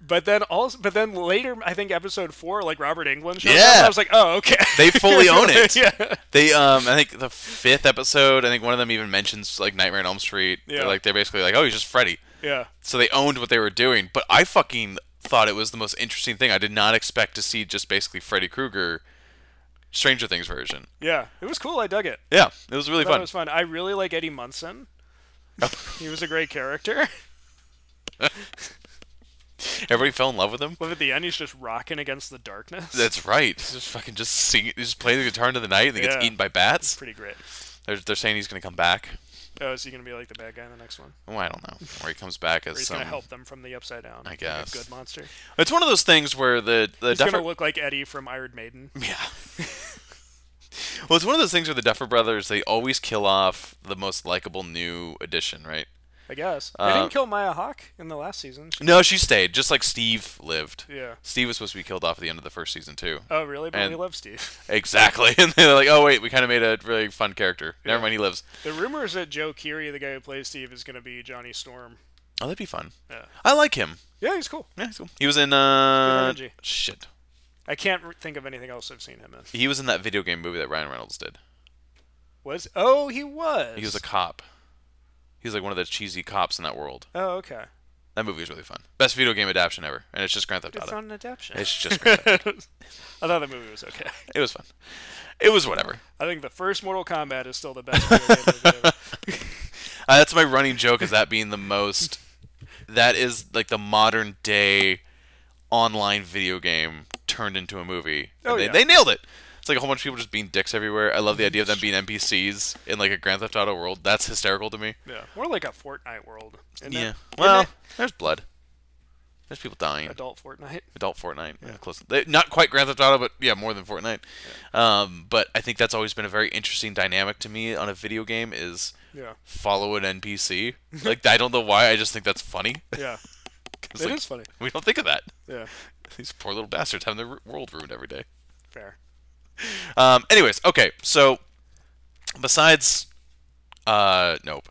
B: But then also, but then later, I think episode four, like Robert Englund shows up.
A: Yeah.
B: And I was like, "Oh, okay."
A: they fully own it.
B: yeah.
A: They um I think the fifth episode, I think one of them even mentions like Nightmare on Elm Street.
B: Yeah.
A: They're like they're basically like, Oh, he's just Freddy.
B: Yeah.
A: So they owned what they were doing, but I fucking thought it was the most interesting thing. I did not expect to see just basically Freddy Krueger Stranger Things version.
B: Yeah. It was cool. I dug it.
A: Yeah, it was really
B: I thought
A: fun.
B: it was fun. I really like Eddie Munson. he was a great character.
A: Everybody fell in love with him.
B: But at the end, he's just rocking against the darkness.
A: That's right. He's just fucking just sing. He just plays the guitar into the night and then
B: Yeah.
A: gets eaten by bats.
B: pretty great.
A: They're, they're saying he's gonna come back.
B: Oh, is he gonna be like the bad guy in the next one?
A: Oh, I don't know. Or he comes back
B: Or
A: as
B: he's
A: some.
B: gonna help them from the upside down. like a
A: guess.
B: good monster.
A: It's one of those things where the the
B: He's
A: Duffer.
B: gonna look like Eddie from Iron Maiden.
A: yeah. well, it's one of those things where the Duffer Brothers they always kill off the most likable new addition, right?
B: I guess.
A: Uh,
B: they didn't kill Maya Hawk in the last season. She-
A: No, she stayed, just like Steve lived.
B: Yeah.
A: Steve was supposed to be killed off at the end of the first season too.
B: Oh really? But
A: And-
B: we love Steve.
A: Exactly. And they're like, oh wait, we kind of made a really fun character. Never mind, he lives.
B: The rumor is that Joe Keery, the guy who plays Steve, is gonna be Johnny Storm.
A: Oh, that'd be fun.
B: Yeah.
A: I like him.
B: Yeah, he's cool.
A: Yeah, he's cool. He was in uh
B: energy.
A: shit.
B: I can't re- think of anything else I've seen him in.
A: He was in that video game movie that Ryan Reynolds did.
B: Was oh he was.
A: He was a cop. He was like one of the cheesy cops in that world.
B: Oh okay.
A: That movie was really fun. Best video game adaptation ever, and it's just Grand Theft
B: It's
A: Auto.
B: not an adaptation.
A: It's just Grand Theft.
B: I thought the movie was okay.
A: It was fun. It was whatever.
B: I think the first Mortal Kombat is still the best. video game movie ever.
A: Uh, that's my running joke is that being the most that is like the modern day online video game turned into a movie. And
B: Oh,
A: they,
B: yeah.
A: they nailed it. It's like a whole bunch of people just being dicks everywhere. I love the idea of them being NPCs in like a Grand Theft Auto world. That's hysterical to me.
B: Yeah, more like a Fortnite world. isn't it?
A: yeah.
B: Isn't
A: Well,
B: it?
A: there's blood. There's people dying.
B: adult Fortnite.
A: Adult Fortnite. Yeah, close. They- Not quite Grand Theft Auto, but yeah, more than Fortnite. Um, but I think that's always been a very interesting dynamic to me on a video game is
B: Yeah,
A: follow an NPC. Like I don't know why. I just think that's funny.
B: yeah,
A: 'Cause,
B: It
A: like,
B: is funny.
A: We don't think of that.
B: Yeah,
A: These poor little bastards having their r- world ruined every day.
B: fair.
A: Um, anyways, okay. So besides, uh, nope.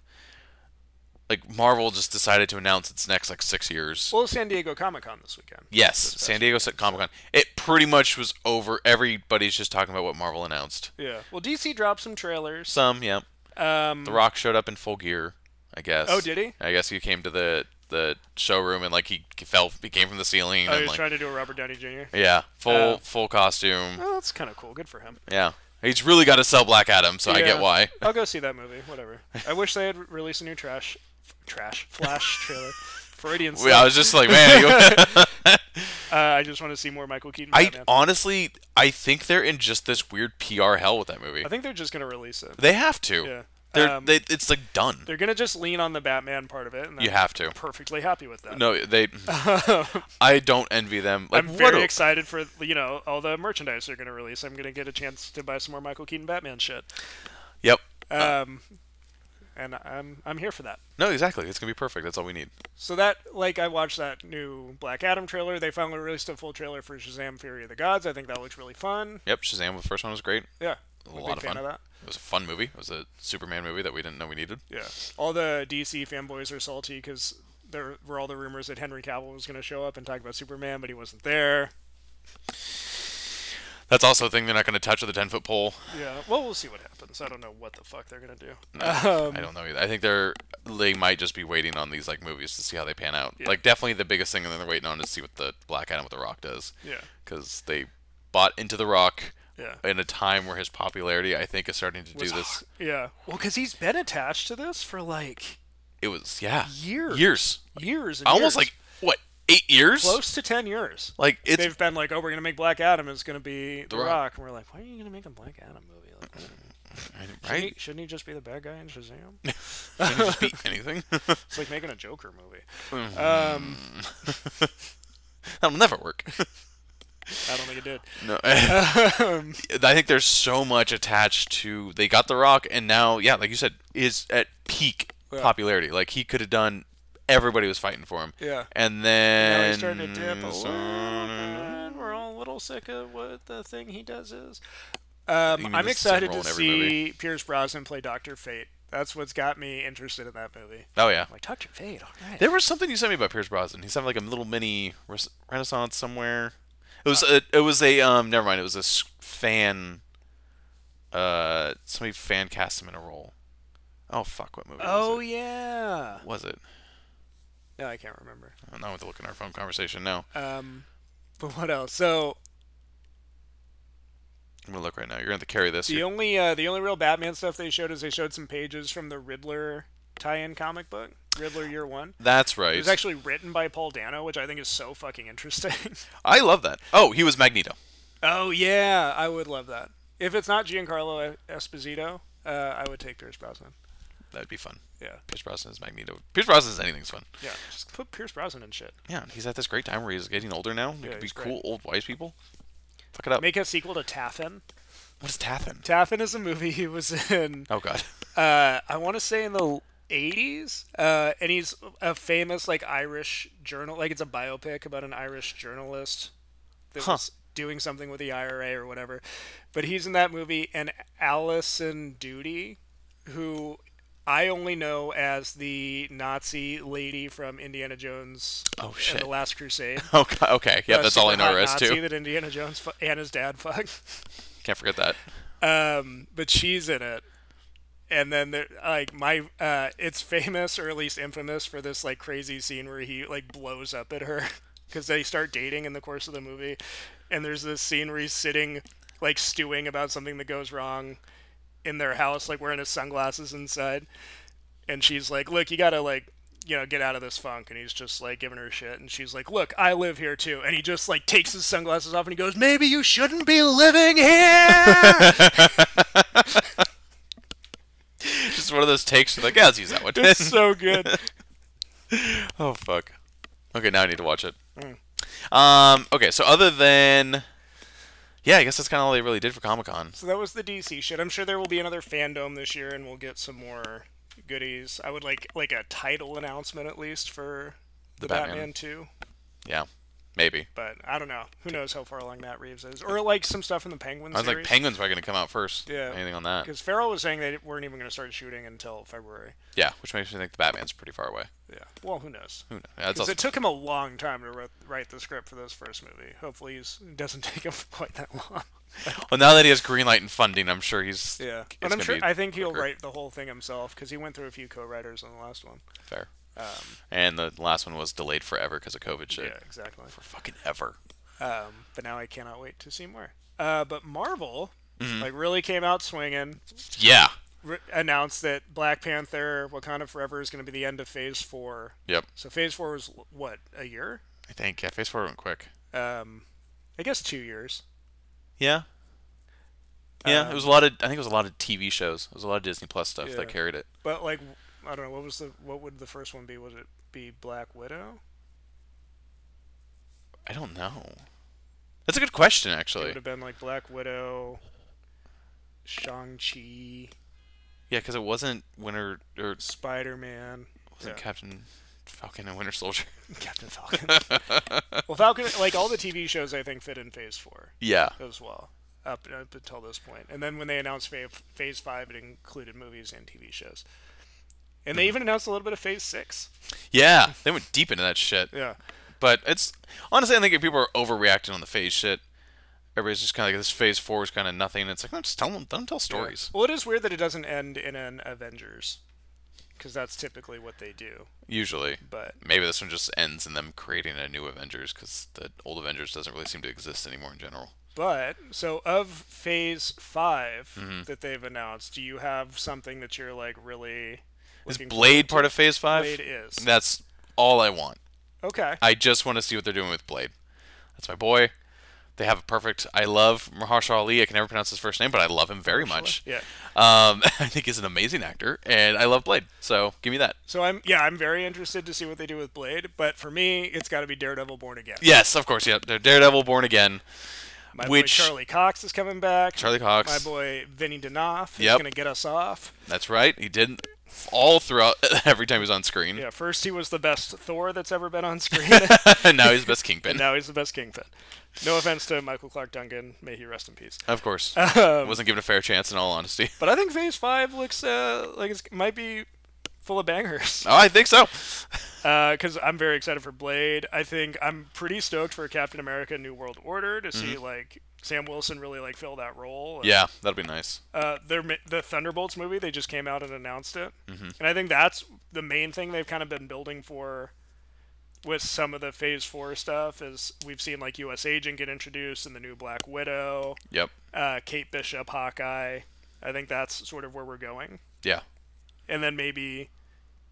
A: Like Marvel just decided to announce its next like six years.
B: Well, San Diego Comic Con this weekend.
A: Yes, San Diego Comic Con. It pretty much was over. Everybody's just talking about what Marvel announced.
B: Yeah. Well, DC dropped some trailers.
A: Some, yeah.
B: Um,
A: The Rock showed up in full gear, I guess.
B: Oh, did he?
A: I guess he came to the the showroom and like he fell. He came from the ceiling.
B: oh, he
A: and,
B: was
A: like,
B: trying to do a Robert Downey Jr.
A: Yeah, full
B: Oh.
A: full costume.
B: Well, that's kind of cool. Good for him.
A: Yeah, he's really got to sell Black Adam, so I get
B: Yeah.
A: why.
B: I'll go see that movie. Whatever. I wish they had re- released a new trash, f- trash Flash trailer. Freudian
A: Well, I
B: slip.
A: was just like, man. You...
B: uh, I just want to see more Michael Keaton.
A: I
B: Batman.
A: honestly, I think they're in just this weird PR hell with that movie.
B: I think they're just gonna release it.
A: They have to.
B: Yeah.
A: They're
B: Um,
A: they, it's like done.
B: They're gonna just lean on the Batman part of it, and
A: You
B: I'm
A: have to.
B: perfectly happy with that.
A: No, they. I don't envy them. Like,
B: I'm
A: what
B: very
A: a-
B: excited for you know all the merchandise they're going to release. I'm going to get a chance to buy some more Michael Keaton Batman shit,
A: Yep. Uh.
B: um, and I'm I'm here for that.
A: No, exactly. It's gonna be perfect. That's all we need.
B: So that like I watched that new Black Adam trailer. They finally released a full trailer for Shazam: Fury of the Gods. I think that looks really fun.
A: Yep. Shazam. The first one was great.
B: Yeah,
A: A
B: I'm a
A: lot
B: big
A: of
B: fan
A: fun.
B: of that.
A: It was a fun movie. It was a Superman movie that we didn't know we needed.
B: Yeah, all the DC fanboys are salty because there were all the rumors that Henry Cavill was going to show up and talk about Superman, but he wasn't there.
A: That's also a thing they're not gonna touch with a ten foot pole.
B: Yeah, well we'll see what happens. I don't know what the fuck they're going to do. Um.
A: I don't know either. I think they're they might just be waiting on these like movies to see how they pan out. Like definitely the biggest thing that they're waiting on is to see what the Black Adam with the Rock does.
B: Yeah.
A: Because they bought into the Rock
B: Yeah.
A: in a time where his popularity, I think, is starting to do
B: Was
A: this.
B: h- Yeah. Well, because he's been attached to this for like
A: It was yeah,
B: Years.
A: years,
B: years. And
A: almost
B: years.
A: like what eight years?
B: close to ten years.
A: Like it's
B: They've been like, oh, we're gonna make Black Adam. It's gonna be The
A: Rock.
B: Rock. and we're like, why are you gonna make a Black Adam movie? Like, shouldn't, he,
A: right.
B: shouldn't he just be the bad guy in Shazam?
A: Can you just beat anything?
B: It's like making a Joker movie.
A: Mm.
B: um,
A: That'll never work.
B: I don't think it did. Um,
A: No, I think there's so much attached to they got The Rock, and now yeah, like you said, is at peak
B: Yeah.
A: popularity. Like he could have done. Everybody was fighting for him.
B: Yeah.
A: And then
B: Now he's starting to dip a
A: so-
B: little, and we're all a little sick of what the thing he does is. Um,
A: mean
B: I'm
A: the same
B: excited
A: role in
B: to
A: every
B: see
A: movie.
B: Pierce Brosnan play Doctor Fate. That's what's got me interested in that movie.
A: Oh yeah.
B: I'm like Doctor Fate, all right.
A: There was something you sent me about Pierce Brosnan. He's having like a little mini res- renaissance somewhere. It was a, it was a um never mind. It was a s- fan. Uh, somebody fan cast him in a role. Oh fuck, what movie?
B: Oh
A: was
B: yeah.
A: it? was it?
B: No, I can't remember.
A: I'm not going to look in our phone conversation now.
B: Um, but what else? So
A: I'm gonna look right now. You're gonna have to carry this.
B: the
A: You're-
B: only uh, the only real Batman stuff they showed is they showed some pages from the Riddler tie-in comic book, Riddler Year One.
A: That's
B: It
A: right.
B: was actually written by Paul Dano, which I think is so fucking interesting.
A: I love that. Oh, he was Magneto.
B: oh yeah, I would love that. If it's not Giancarlo E-, Esposito, uh, I would take Pierce Brosnan.
A: That'd be fun.
B: Yeah,
A: Pierce Brosnan is Magneto. Pierce Brosnan is anything's fun.
B: yeah. Just put Pierce Brosnan in shit.
A: Yeah, and he's at this great time where he's getting older now. He could be
B: he's great.
A: cool old wise people. Fuck it up.
B: Make a sequel to Taffin.
A: what is Taffin?
B: Taffin is a movie he was in.
A: oh god.
B: uh, I want to say in the 80s, uh, and he's a famous like Irish journal, like it's a biopic about an Irish journalist that
A: Huh.
B: was doing something with the IRA or whatever. But he's in that movie, and Allison Duty, who I only know as the Nazi lady from Indiana Jones
A: Oh,
B: and
A: shit.
B: the Last Crusade.
A: Oh, go- okay. Yeah,
B: Uh,
A: that's all I
B: super
A: know
B: hot
A: her as
B: Nazi
A: too.
B: That Indiana Jones fu- and his dad fucked.
A: Can't forget that.
B: um, but she's in it. And then there, like my, uh, it's famous or at least infamous for this like crazy scene where he like blows up at her because they start dating in the course of the movie, and there's this scene where he's sitting like stewing about something that goes wrong in their house, like wearing his sunglasses inside, and she's like, "Look, you gotta like." You know, get out of this funk, and he's just like giving her shit, and she's like, "Look, I live here too," and he just like takes his sunglasses off, and he goes, "Maybe you shouldn't be living here."
A: Just one of those takes. You're like, yeah, let's use that one.
B: It's so good.
A: oh fuck. Okay, now I need to watch it.
B: Mm.
A: Um. Okay. So other than, yeah, I guess that's kind of all they really did for Comic Con.
B: so that was the DC shit. I'm sure there will be another fandom this year, and we'll get some more goodies. I would like like a title announcement at least for the,
A: Batman.
B: Batman. 2,
A: Yeah, maybe.
B: but I don't know. Who knows how far along that Reeves is, or like some stuff in the Penguin
A: I was like,
B: series.
A: Penguin's probably gonna come out first.
B: Yeah.
A: Anything on that?
B: because Farrell was saying they weren't even going to start shooting until February.
A: Yeah, which makes me think the Batman's pretty far away.
B: Yeah. Well, who knows?
A: Who knows? Yeah, that's
B: Because
A: also,
B: it took him a long time to write, write the script for this first movie. Hopefully, he's, it doesn't take him quite that long.
A: well, now that he has green light and funding, I'm sure he's
B: Yeah,
A: it's
B: but I'm
A: gonna
B: sure
A: be
B: I think he'll
A: quicker.
B: write the whole thing himself because he went through a few co-writers on the last one.
A: fair. and the last one was delayed forever because of COVID shit.
B: um, Yeah, exactly.
A: For fucking ever.
B: Um, but now I cannot wait to see more. Uh, but Marvel, like, really came out swinging,
A: Yeah.
B: r announced that Black Panther: Wakanda Forever is going to be the end of Phase Four.
A: Yep.
B: So Phase Four was what a year?
A: I think yeah, Phase Four went quick.
B: Um, I guess two years.
A: Yeah. Yeah, it was a lot of. I think it was a lot of TV shows. It was a lot of Disney Plus stuff
B: Um, Yeah.
A: that carried it.
B: But like, I don't know what was the what would the first one be? Would it be Black Widow?
A: I don't know. That's a good question, actually.
B: It would have been like Black Widow, Shang Chi,
A: Yeah, because it wasn't Winter or it
B: Spider Man.
A: wasn't Captain Falcon and Winter Soldier.
B: Captain Falcon. well, Falcon, like all the TV shows, I think fit in Phase Four
A: yeah,
B: as well, up, up until this point. And then when they announced fa- Phase Five, it included movies and TV shows. And they even announced a little bit of Phase Six.
A: yeah, they went deep into that shit.
B: Yeah,
A: But it's honestly, I think if people are overreacting on the phase shit. Everybody's just kind of like this phase four is kind of nothing. It's like no, just tell them, don't tell stories.
B: Well, it is weird that it doesn't end in an Avengers, because that's typically what they do.
A: Usually,
B: But
A: maybe this one just ends in them creating a new Avengers because the old Avengers doesn't really seem to exist anymore in general.
B: But so of Phase 5 that they've announced, do you have something that you're like really?
A: Is
B: looking
A: Blade
B: forward
A: part of Phase Five?
B: Blade is.
A: That's all I want.
B: to? okay?
A: I just want to see what they're doing with Blade. That's my boy. They have a perfect. I love Mahershala Ali. I can never pronounce his first name, but I love him very much.
B: Yeah.
A: Um, I think he's an amazing actor, and I love Blade. So give me that.
B: So I'm yeah I'm very interested to see what they do with Blade, but for me it's got to be Daredevil Born Again.
A: Yes, of course. Yeah, Daredevil, Born Again,
B: My
A: which-
B: boy Charlie Cox is coming back.
A: Charlie Cox.
B: My boy Vinny Danoff is
A: Yep.
B: gonna get us off.
A: That's right. He did all throughout every time he was on screen.
B: Yeah, first he was the best Thor that's ever been on screen.
A: and now he's best kingpin.
B: now he's the best Kingpin. No offense to Michael Clark Duncan, may he rest in peace.
A: Of course.
B: Um,
A: Wasn't given a fair chance in all honesty.
B: but I think Phase Five looks uh, like it might be full of bangers.
A: Oh, I think so.
B: because I'm very excited for Blade. I think I'm pretty stoked for Captain America: New World Order to see like Sam Wilson really like fill that role. And,
A: Mm-hmm. Yeah, that'll be nice.
B: Uh, their mi- the Thunderbolts movie they just came out and announced it,
A: Mm-hmm.
B: and I think that's the main thing they've kind of been building for. With some of the Phase Four stuff, is we've seen like U.S. Agent get introduced and the new Black Widow,
A: Yep.
B: uh, Kate Bishop, Hawkeye. I think that's sort of where we're going
A: Yeah.
B: and then maybe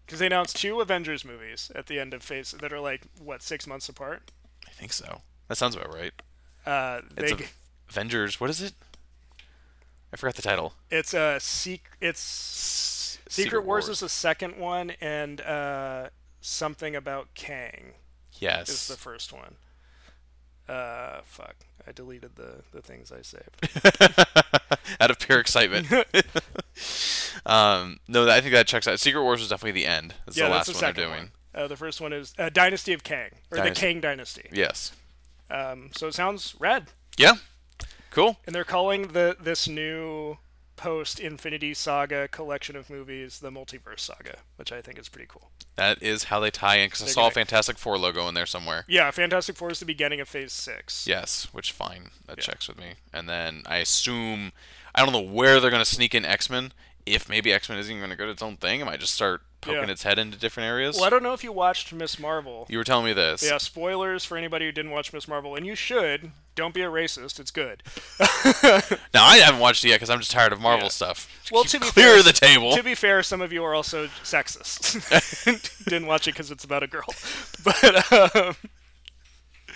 B: because they announced two Avengers movies at the end of Phase that are like what six months apart.
A: I think so. That sounds about right.
B: Uh, they
A: It's
B: it's
A: a, Avengers. What is it? I forgot the title.
B: a, it's a sec- it's Secret, Wars, is the second one, and uh, something about Kang
A: yes.
B: is the first one. Uh, fuck! I deleted the the things I saved.
A: out of pure excitement. um, no, I think that checks out. Secret Wars was definitely the end. That's
B: yeah,
A: the last
B: that's the
A: one
B: second
A: they're doing.
B: one. Uh, the first one is uh, Dynasty of Kang or
A: Dynasty.
B: the Kang Dynasty.
A: Yes.
B: Um, so it sounds rad.
A: Yeah. Cool.
B: And they're calling the this new post Infinity Saga collection of movies the Multiverse Saga, which I think is pretty cool.
A: That is how they tie in because I saw a
B: gonna-
A: Fantastic Four logo in there somewhere.
B: Yeah, Fantastic Four is the beginning of Phase Six.
A: Yes, which fine, that checks with me. And then I assume I don't know where they're gonna sneak in X Men. If maybe X Men isn't even gonna go to its own thing, it might just start poking
B: Yeah.
A: its head into different areas.
B: Well, I don't know if you watched Miss Marvel.
A: You were telling me this.
B: Yeah, spoilers for anybody who didn't watch Miss Marvel, and you should. Don't be a racist. It's good.
A: Now I haven't watched it yet because I'm just tired of Marvel
B: Yeah.
A: stuff.
B: Well,
A: Keep
B: to be
A: clear
B: fair-
A: of the table.
B: to be fair, some of you are also sexist. didn't watch it because it's about a girl. But um,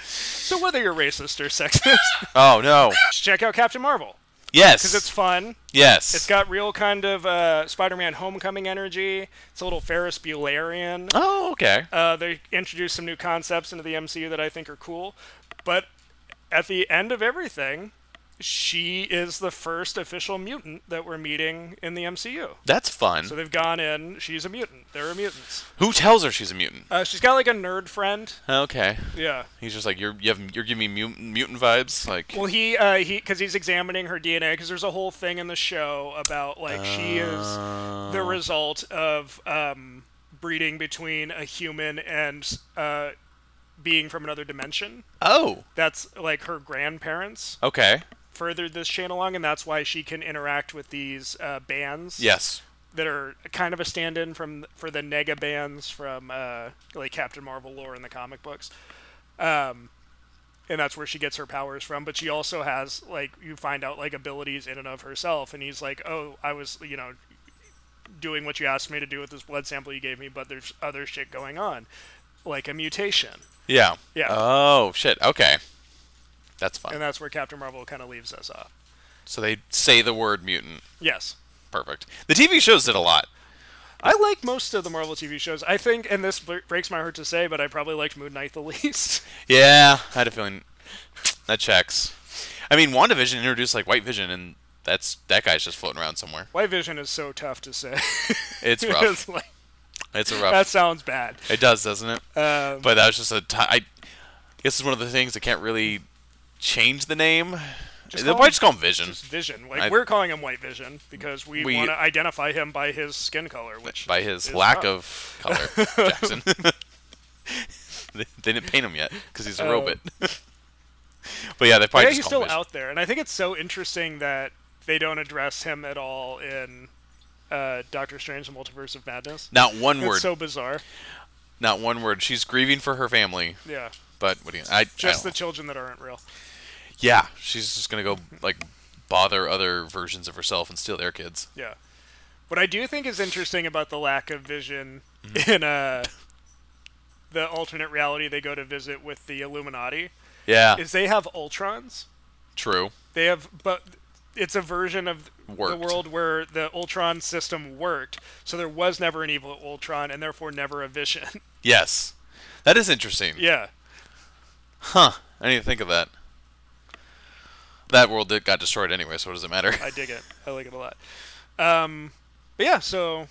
B: so whether you're racist or sexist,
A: oh no.
B: check out Captain Marvel.
A: Yes.
B: It's fun.
A: yes.
B: It's got real kind of uh, Spider-Man: Homecoming energy. It's a little Ferris Buellerian.
A: oh okay.
B: Uh, they introduced some new concepts into the MCU that I think are cool, but at the end of everything, she is the first official mutant that we're meeting in the MCU.
A: That's fun.
B: So they've gone in. She's a mutant. There are mutants.
A: Who tells her she's a mutant?
B: Uh, she's got like a nerd friend.
A: Okay.
B: Yeah.
A: He's just like you're. You have, you're giving me mutant, mutant vibes. Like
B: Well, he uh, he because he's examining her DNA because there's a whole thing in the show about like she is the result of um, breeding between a human and uh, being from another dimension.
A: oh.
B: That's like her grandparents
A: Okay.
B: furthered this chain along, and that's why she can interact with these uh, bands
A: Yes.
B: that are kind of a stand-in from for the nega bands from uh, like Captain Marvel lore in the comic books, um, and that's where she gets her powers from. But she also has like you find out like abilities in and of herself, and he's like, oh, I was you know doing what you asked me to do with this blood sample you gave me, but there's other shit going on, like a mutation,
A: Yeah.
B: Yeah.
A: Oh shit. Okay. That's fun.
B: and that's where Captain Marvel kind of leaves us off.
A: So they say the word mutant.
B: Yes.
A: Perfect. The TV shows did a lot.
B: I like most of the Marvel TV shows. I think, and this br- breaks my heart to say, but I probably liked Moon Knight the least.
A: Yeah, I had a feeling that checks. I mean, WandaVision introduced like White Vision, and that's that guy's just floating around somewhere.
B: White Vision is so tough to say.
A: It's rough.
B: It's like,
A: it's a rough.
B: that sounds bad.
A: It does, doesn't it?
B: Um,
A: But that was just a ti I guess it's one of the things that can't really change the name.
B: Just
A: They'll
B: call
A: probably
B: him-
A: just call him Vision.
B: just Vision, like
A: I-
B: we're calling him White Vision because we,
A: We-
B: want to identify him by his skin color, which
A: by his
B: is
A: lack
B: rough.
A: of color, Jackson. they they didn't paint him yet because he's a
B: Oh.
A: robot. but yeah, they probably just call
B: Yeah, he's
A: him
B: still
A: Vision.
B: out there, and I think it's so interesting that they don't address him at all in uh, Doctor Strange: The Multiverse of Madness.
A: Not one word.
B: It's so bizarre.
A: not one word. She's grieving for her family,
B: Yeah,
A: but what do you? I I
B: just
A: don't
B: the
A: know.
B: children that aren't real.
A: Yeah, she's just gonna go like bother other versions of herself and steal their kids.
B: Yeah. What I do think is interesting about the lack of vision
A: Mm-hmm.
B: in uh, the alternate reality they go to visit with the Illuminati
A: Yeah,
B: is they have Ultrons.
A: true.
B: They have, but it's a version of the
A: Worked.
B: world where the Ultron system worked, so there was never an evil Ultron and therefore never a vision.
A: Yes, that is interesting.
B: yeah.
A: Huh? I didn't even think of that. That world did, got destroyed anyway, so what does it matter?
B: I dig it. I like it a lot. Um, but yeah, so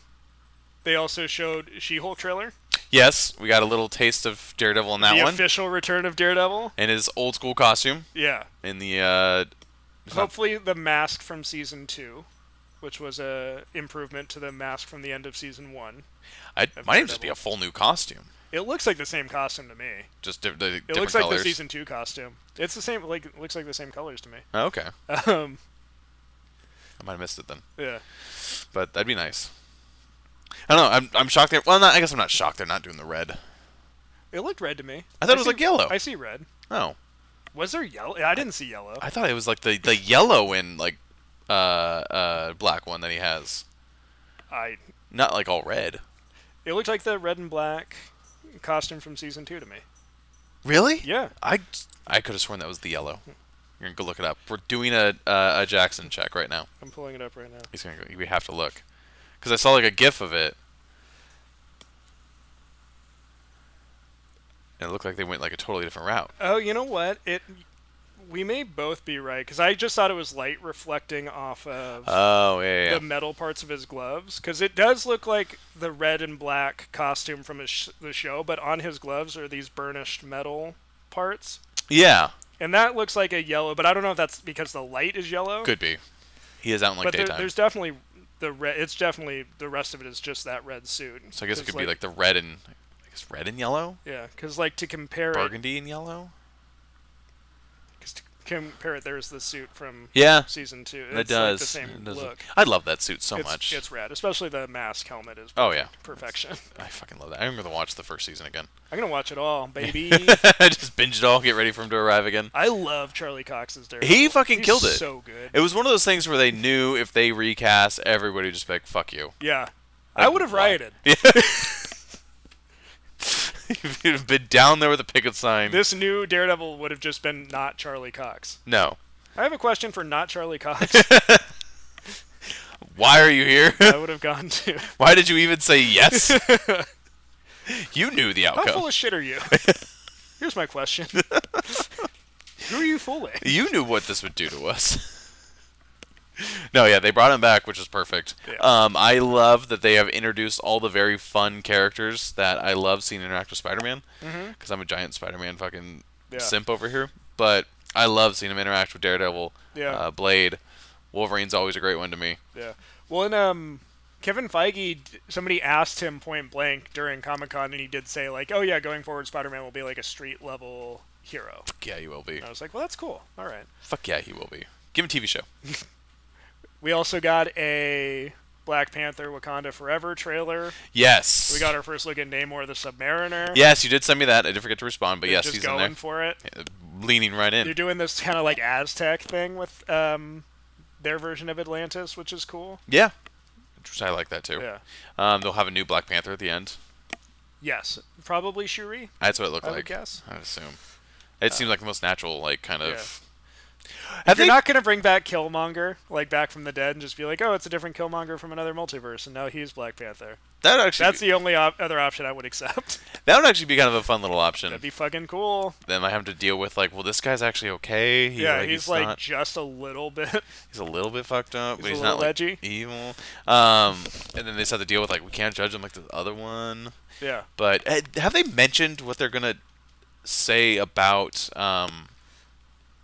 B: they also showed She-Hulk trailer,
A: yes, we got a little taste of Daredevil in that
B: the
A: one,
B: official return of Daredevil.
A: and his old school costume
B: Yeah,
A: in the. Uh, it's not-
B: hopefully the mask from season two, which was a improvement to the mask from the end of season one.
A: I might just
B: Daredevil.
A: be a full new costume,
B: It looks like the same costume to me.
A: just di- the
B: It
A: different
B: looks like
A: colors.
B: the season two costume. It's the same. Like it looks like the same colors to me.
A: Oh, okay, I
B: Um,
A: might have missed it then,
B: yeah.
A: but that'd be nice. I don't know. I'm, I'm shocked. They're, well, not, I guess I'm not shocked. They're not doing the red.
B: It looked red to me.
A: I thought it was,
B: see-
A: like, yellow.
B: I see red.
A: Oh,
B: Was there yellow? I didn't see yellow.
A: I thought it was like the the yellow and like uh uh black one that he has,
B: I.
A: not like all red.
B: It looked like the red and black costume from season two to me.
A: Really?
B: Yeah.
A: I I could have sworn that was the yellow. You're gonna go look it up. We're doing a uh, a Jackson check right now.
B: I'm pulling it up right now.
A: He's gonna go, we have to look because I saw like a GIF of it. And it looked like they went like a totally different route.
B: Oh, you know what? It we may both be right because I just thought it was light reflecting off of
A: Oh yeah, yeah, yeah.
B: the metal parts of his gloves because it does look like the red and black costume from his sh- the show, but on his gloves are these burnished metal parts,
A: yeah.
B: and that looks like a yellow. But I don't know if that's because the light is yellow.
A: Could be. He is out in like
B: but there,
A: daytime.
B: there's definitely the red. It's definitely the rest of it is just that red suit.
A: so I guess it
B: 'Cause,
A: could be like the red and I guess red and yellow,
B: yeah, because like to compare it,
A: burgundy and yellow.
B: 'cause to compare it, there's the suit from
A: Yeah.
B: season two.
A: It
B: It's, like,
A: does.
B: the same
A: It does
B: look.
A: look- I love that suit so
B: it's,
A: much.
B: It's rad, especially the mask helmet is
A: oh yeah,
B: perfection.
A: I fucking love that. I'm gonna watch the first season again.
B: I'm gonna watch it all, baby.
A: Just binge it all. Get ready for him to arrive again.
B: I love Charlie Cox's Daredevil.
A: He fucking
B: He's
A: killed it.
B: So good.
A: It was one of those things where they knew if they recast, everybody would just be like, "Fuck you."
B: yeah, I would have
A: Wow.
B: rioted.
A: You've been down there with a picket sign.
B: This new Daredevil would have just been not Charlie Cox.
A: no.
B: I have a question for not Charlie Cox.
A: Why are you here?
B: I would have gone to.
A: Why did you even say yes? you knew the
B: How
A: outcome.
B: full of shit are you? Here's my question. Who are you fooling?
A: you knew what this would do to us. no, yeah, they brought him back, which is perfect.
B: Yeah.
A: Um, I love that they have introduced all the very fun characters that I love seeing interact with Spider-Man. Because I'm a giant Spider-Man fucking
B: Mm-hmm. Yeah.
A: simp over here. But I love seeing him interact with Daredevil,
B: Yeah.
A: uh, Blade. Wolverine's always a great one to me.
B: Yeah. Well, and um, Kevin Feige, d- somebody asked him point blank during Comic Con, and he did say like, "Oh yeah, going forward, Spider-Man will be like a street level hero."
A: Fuck yeah, he will be.
B: And I was like, "Well, that's cool. All right."
A: Fuck yeah, he will be. Give him a TV show.
B: We also got a Black Panther Wakanda Forever trailer.
A: Yes.
B: We got our first look at Namor the Submariner.
A: Yes, you did send me that. I did forget to respond, but yes,
B: just
A: he's in
B: going
A: there.
B: for it.
A: Yeah, Leaning right in.
B: They're doing this kind of like Aztec thing with um, their version of Atlantis, which is cool.
A: Yeah. Which I like that too.
B: Yeah.
A: Um, they'll have a new Black Panther at the end.
B: Yes, probably Shuri.
A: That's what it looked
B: I would
A: like.
B: guess.
A: I would assume. It seems like the most natural, like kind of.
B: If
A: Have
B: you're
A: they?
B: not gonna bring back Killmonger, like back from the dead, and just be like, "Oh, it's a different Killmonger from another multiverse," and now he's Black Panther.
A: that actually.
B: That's the only op- other option I would accept.
A: that would actually be kind of a fun little option.
B: That'd be fucking cool.
A: then I have to deal with like, well, this guy's actually okay. He,
B: Yeah, he's, like
A: not-
B: just a little bit.
A: he's a little bit fucked up, but
B: he's a
A: he's not
B: little
A: like
B: edgy.
A: evil. Um, and then they just have to deal with like we can't judge him like the other one.
B: yeah,
A: But eh, have they mentioned what they're gonna say about um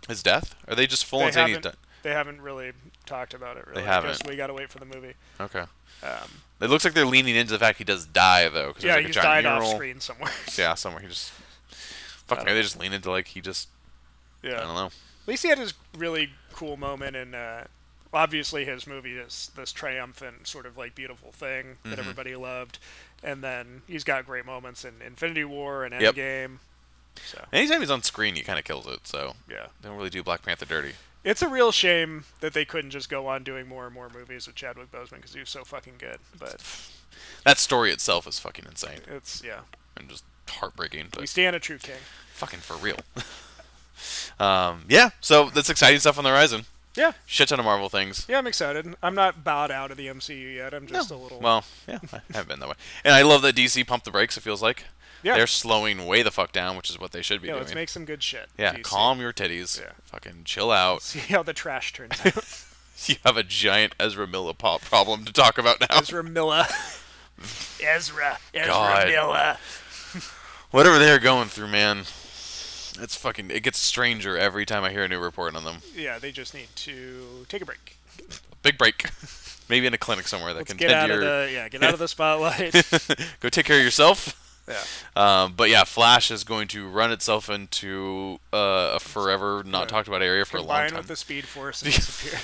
A: his death? Are they just full
B: they
A: and saying he's
B: haven't.
A: done?
B: They haven't really talked about it. Really,
A: haven't.
B: We gotta wait for the movie.
A: Okay.
B: Um,
A: It looks like they're leaning into the fact he does die though. 'cause there's,
B: yeah,
A: like, a
B: he's
A: giant
B: died off
A: mural.
B: screen somewhere.
A: Yeah, somewhere he just. Fuck, maybe they just lean into like he just.
B: yeah.
A: I don't know.
B: At least he had his really cool moment in. Uh, obviously, his movie is this triumphant, sort of like beautiful thing
A: Mm-hmm.
B: that everybody loved, and then he's got great moments in Infinity War and
A: Yep.
B: Endgame. So
A: Anytime he's on screen, he kind of kills it. So
B: yeah,
A: they don't really do Black Panther dirty.
B: it's a real shame that they couldn't just go on doing more and more movies with Chadwick Boseman because he was so fucking good. But
A: That story itself is fucking insane
B: it's yeah,
A: and just heartbreaking. But
B: we stand a true king.
A: fucking for real. um, yeah, so that's exciting stuff on the horizon.
B: Yeah,
A: Shit ton of Marvel things.
B: yeah, I'm excited. I'm not bowed out of the MCU yet. I'm just a little.
A: Well, yeah, I have been that way. And I love that DC pumped the brakes, it feels like.
B: Yeah.
A: They're slowing way the fuck down, which is what they should be
B: yeah,
A: doing.
B: let's make some good shit.
A: yeah,
B: DC.
A: calm your titties.
B: Yeah.
A: Fucking chill out.
B: See how the trash turns out.
A: You have a giant Ezra Miller pop problem to talk about now.
B: Ezra Miller. Ezra. Ezra
A: God.
B: Miller.
A: Whatever they're going through, man, it's fucking. It gets stranger every time I hear a new report on them.
B: Yeah, they just need to take a break.
A: Big break. Maybe in a clinic somewhere that
B: Let's
A: can
B: get
A: tend
B: out
A: to
B: of
A: your-
B: the yeah, get out of the spotlight.
A: go take care of yourself.
B: yeah.
A: Um, but yeah, Flash is going to run itself into uh, a forever not talked about area for a long
B: Combine
A: time.
B: with the Speed Force and disappear.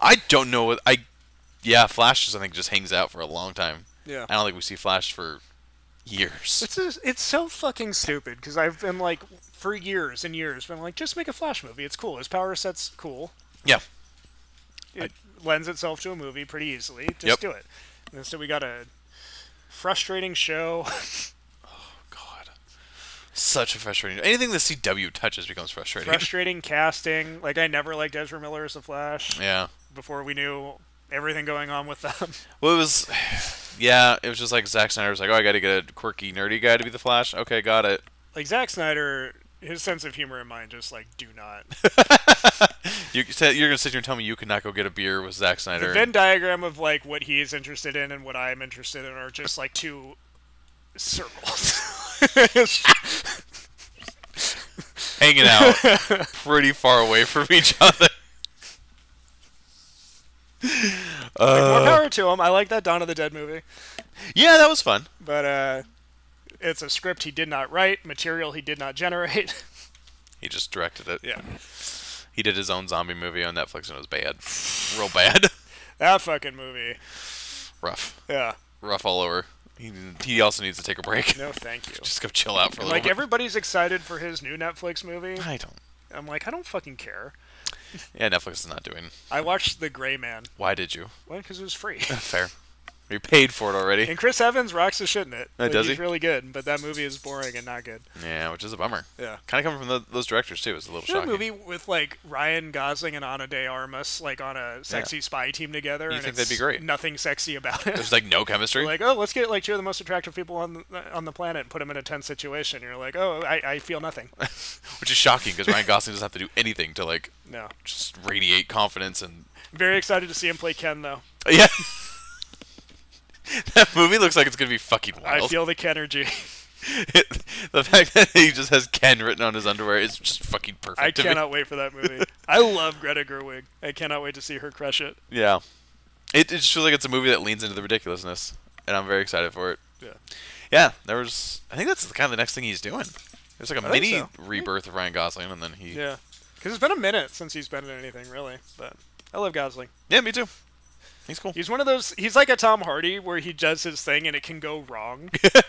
A: I don't know what I. Yeah, Flash just I think just hangs out for a long time.
B: yeah.
A: I don't think we see Flash for years.
B: It's just, it's so fucking stupid because I've been like for years and years been like just make a Flash movie. It's cool. His power set's cool.
A: Yeah,
B: It lends itself to a movie pretty easily. Just
A: Yep.
B: do it. And so we got a frustrating show.
A: God, such a frustrating. Anything the CW touches becomes frustrating.
B: frustrating casting. Like I never liked Ezra Miller as the Flash
A: yeah.
B: before we knew everything going on with them.
A: Well, it was. Yeah, it was just like Zack Snyder was like, "Oh, I got to get a quirky, nerdy guy to be the Flash." Okay, got it.
B: Like Zack Snyder, his sense of humor and mine just like do not.
A: You said you're gonna sit here and tell me you could not go get a beer with Zack Snyder.
B: The Venn diagram of like what he is interested in and what I am interested in are just like two circles.
A: hanging out pretty far away from each other.
B: More power to him. I like that Dawn of the Dead movie,
A: Uh, Yeah, that was fun.
B: but uh, it's a script he did not write, material he did not generate.
A: He just directed it.
B: yeah,
A: He did his own zombie movie on Netflix and it was bad. Real bad.
B: that fucking movie.
A: Rough.
B: Yeah,
A: Rough all over. He, he also needs to take a break.
B: no, thank you.
A: Just go chill out for a little
B: Like
A: bit.
B: everybody's excited for his new Netflix movie.
A: I don't.
B: I'm like, I don't fucking care.
A: Yeah, Netflix is not doing.
B: I watched The Gray Man.
A: Why did you?
B: Why? Because it was free.
A: Fair. You paid for it already.
B: and Chris Evans rocks the shit in it.
A: Oh,
B: Like,
A: does
B: he's
A: he?
B: really good, but that movie is boring and not good.
A: Yeah, which is a bummer.
B: Yeah.
A: Kind of coming from tho- those directors too. It's a little
B: There's
A: shocking.
B: a movie with like Ryan Gosling and Ana de Armas like on a sexy spy team together. and
A: think
B: it's
A: they'd be great.
B: Nothing sexy about it.
A: There's like no chemistry.
B: like, oh, let's get like two of the most attractive people on the, on the planet and put them in a tense situation. You're like, oh, I, I feel nothing.
A: which is shocking because Ryan Gosling doesn't have to do anything to like
B: No.
A: just radiate confidence and
B: Very excited to see him play Ken though.
A: yeah. that movie looks like it's gonna be fucking wild.
B: I feel the Ken energy.
A: the fact that he just has Ken written on his underwear is just fucking perfect.
B: I
A: to me.
B: cannot wait for that movie. I love Greta Gerwig. I cannot wait to see her crush it.
A: Yeah, it, it just feels like it's a movie that leans into the ridiculousness, and I'm very excited for it.
B: Yeah.
A: Yeah, there was. I think that's kind of the next thing he's doing. There's like a
B: I think
A: mini
B: so.
A: rebirth of Ryan Gosling, and then he.
B: Yeah. Because it's been a minute since he's been in anything, really. But I love Gosling.
A: Yeah, me too. He's cool.
B: He's one of those. He's like a Tom Hardy where he does his thing and it can go wrong. but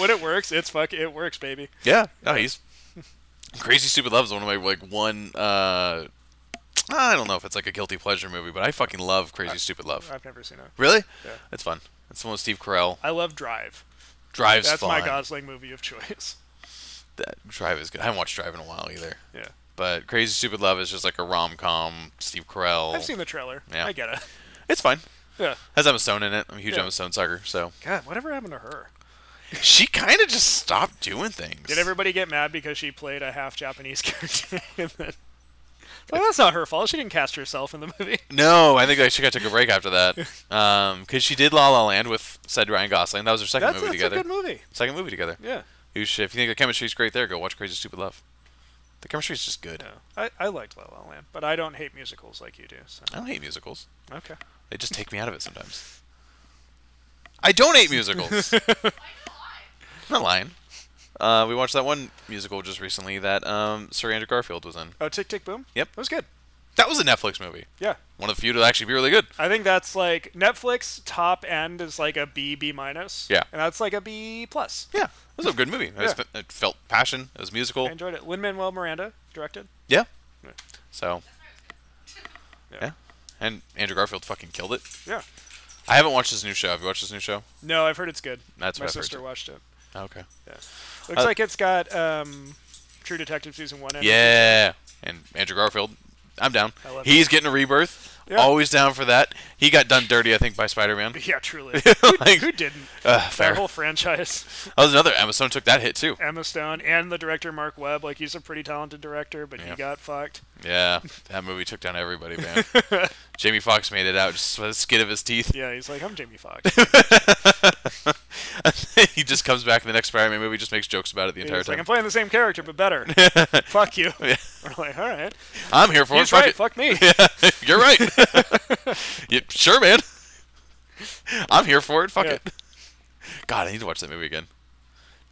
B: when it works, it's fuck. It works, baby.
A: Yeah. No, he's Crazy Stupid Love is one of my like one uh I don't know if it's like a guilty pleasure movie, but I fucking love Crazy Stupid Love.
B: I've never seen it.
A: Really?
B: Yeah.
A: It's fun. It's the one with Steve Carell.
B: I love Drive.
A: Drive's
B: That's
A: fun.
B: my Gosling movie of choice.
A: That- Drive is good. I haven't watched Drive in a while either.
B: Yeah.
A: But Crazy Stupid Love is just like a rom com, Steve Carell.
B: I've seen the trailer.
A: Oh. Yeah.
B: I get it.
A: it's fine.
B: Yeah.
A: Has Emma Stone in it. I'm a huge
B: Yeah.
A: Emma Stone sucker, so
B: God, whatever happened to her?
A: she kinda just stopped doing things.
B: Did everybody get mad because she played a half Japanese character? and then, like, that's not her fault. She didn't cast herself in the movie.
A: No, I think like, she got took a break after that. Um, cause she did La La Land with said Ryan Gosling. That was her second
B: That's,
A: movie
B: that's
A: together.
B: a good movie.
A: second movie together.
B: Yeah.
A: You should, if you think the chemistry's great there, go watch Crazy Stupid Love. The chemistry's just good.
B: No, I, I liked La La Land, but I don't hate musicals like you do. So
A: I don't hate musicals.
B: okay.
A: They just take me out of it sometimes. I don't hate musicals. I'm not lying. Uh, we watched that one musical just recently that um, Sir Andrew Garfield was in.
B: Oh, Tick Tick Boom.
A: Yep.
B: that was good.
A: That was a Netflix movie.
B: Yeah.
A: One of the few to actually be really good.
B: I think that's like Netflix top end is like a B B minus.
A: Yeah.
B: And that's like a B plus.
A: Yeah, it was a good movie. I just- it felt passion. It was musical.
B: I enjoyed it. Lin Manuel Miranda directed.
A: Yeah.
B: Yeah.
A: So.
B: Yeah.
A: Yeah. And Andrew Garfield fucking killed it.
B: Yeah.
A: I haven't watched his new show. Have you watched his new show?
B: No, I've heard it's good.
A: That's
B: my
A: what I've heard,
B: sister
A: too.
B: watched it.
A: Okay.
B: Yeah. Looks
A: Uh,
B: like it's got um, True Detective season one. in it.
A: Yeah. And Andrew Garfield, I'm down.
B: I love
A: He's getting a rebirth.
B: Yeah.
A: Always down for that. He got done dirty, I think, by Spider Man.
B: Yeah, truly. Who,
A: Like-
B: who didn't?
A: Uh,
B: That
A: fair.
B: whole franchise.
A: That was another. Amazon took that hit too.
B: Emma Stone and the director Mark Webb. Like he's a pretty talented director, but
A: Yeah.
B: he got fucked.
A: Yeah, that movie took down everybody, man. Jamie Foxx made it out just with a skid of his teeth.
B: Yeah, he's like I'm Jamie Foxx.
A: he just comes back in the next Spider-Man movie, just makes jokes about it the entire
B: He's
A: time.
B: like I'm playing the same character but better. Fuck you. We're like, all right.
A: I'm here for it.
B: He's
A: fuck
B: right.
A: it.
B: Fuck me.
A: Yeah, you're right. Yeah, sure, man. I'm here for it. Fuck
B: Yeah.
A: it. God, I need to watch that movie again.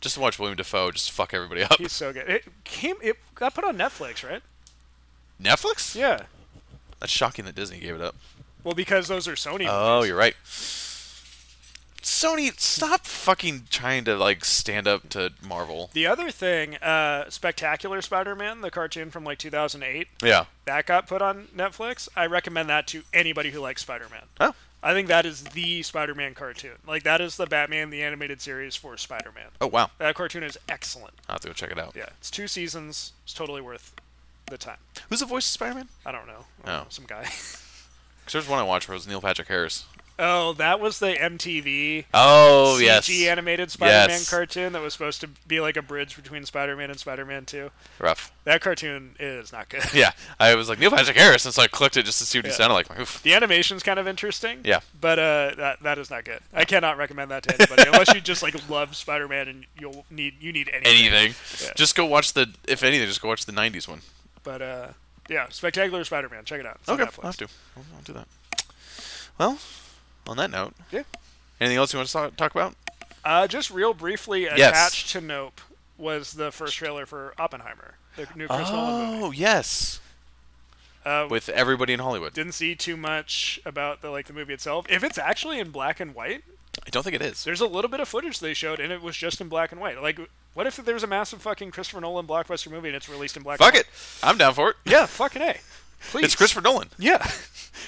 A: Just to watch William Defoe just fuck everybody up.
B: He's so good. It came. It got put on Netflix, right?
A: Netflix?
B: Yeah.
A: That's shocking that Disney gave it up.
B: Well, because those are Sony.
A: Oh,
B: movies.
A: you're right. Sony, stop fucking trying to like stand up to Marvel.
B: The other thing, uh, Spectacular Spider-Man, the cartoon from like 2008,
A: Yeah.
B: that got put on Netflix. I recommend that to anybody who likes Spider-Man.
A: Oh.
B: I think that is the Spider-Man cartoon. Like that is the Batman the animated series for Spider-Man.
A: Oh wow.
B: That cartoon is excellent.
A: I'll have to go check it out.
B: Yeah, it's two seasons. It's totally worth the time.
A: Who's the voice of Spider-Man?
B: I don't know. I don't
A: Oh.
B: know, some guy.
A: 'Cause there's one I watched where it was Neil Patrick Harris.
B: oh, that was the MTV
A: Oh
B: CG
A: yes.
B: animated Spider-Man
A: Yes.
B: cartoon that was supposed to be like a bridge between Spider-Man and Spider-Man 2.
A: Rough.
B: That cartoon is not good.
A: Yeah. I was like Neil Patrick Harris, and so I clicked it just to see what he
B: Yeah.
A: sounded like. Oof.
B: The animation's kind of interesting.
A: Yeah.
B: But uh, that that is not good. I cannot recommend that to anybody unless you just like love Spider-Man and you'll need you need anything.
A: Anything.
B: Yeah.
A: Just go watch the. If anything, just go watch the '90s one.
B: But uh, yeah, Spectacular Spider-Man. Check it out. It's on
A: Okay.
B: Netflix.
A: I'll have to. I'll, I'll do that. Well, on that note,
B: Yeah.
A: anything else you want to talk, talk about?
B: Uh, just real briefly,
A: Yes.
B: attached to Nope was the first trailer for Oppenheimer, the new Chris Nolan movie.
A: Oh yes.
B: Uh,
A: With everybody in Hollywood.
B: didn't see too much about the like the movie itself. If it's actually in black and white,
A: I don't think it is.
B: there's a little bit of footage they showed, and it was just in black and white. Like, what if there's a massive fucking Christopher Nolan blockbuster movie and it's released in black?
A: Fuck
B: and
A: it. I'm down for it.
B: white? Yeah, fucking a. Please.
A: It's Christopher Nolan.
B: Yeah.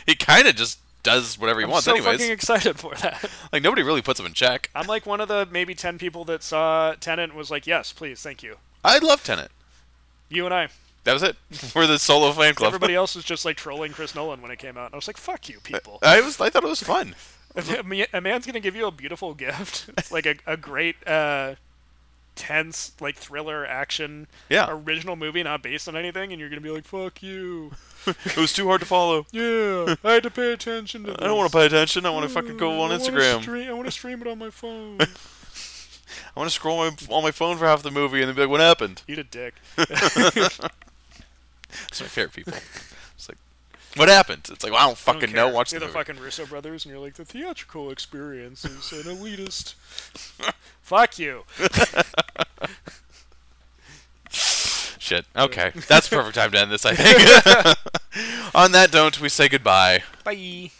A: He kind of just does whatever he
B: I'm
A: wants,
B: so
A: anyways.
B: fucking excited for that.
A: Like nobody really puts him in check.
B: I'm like one of the maybe ten people that saw Tenant and was like, yes, please, thank you.
A: I love Tenet.
B: You and I.
A: That was it. We're the solo fan club.
B: Everybody else was just like trolling Chris Nolan when it came out, and I was like, fuck you, people.
A: I was. I thought it was fun.
B: A ma- a man's gonna give you a beautiful gift, like a, a great uh, tense like thriller action
A: Yeah.
B: original movie, not based on anything, and you're gonna be like, "Fuck you."
A: It was too hard to follow.
B: Yeah, I had to pay attention to. This.
A: I don't want to pay attention. I want to fucking go on Instagram.
B: I want to stream it on my phone.
A: I want to scroll my, on my phone for half the movie and then be like, "What happened?"
B: Eat a dick.
A: It's my favorite people. It's like, "What happened?" It's like, well, "I don't
B: I don't
A: fucking know."
B: care.
A: Watch the
B: You're the,
A: movie.
B: fucking Russo brothers, and you're like the theatrical experience is an elitist. Fuck you.
A: Shit. Okay, that's the perfect time to end this. I think. on that note, we say goodbye.
B: Bye.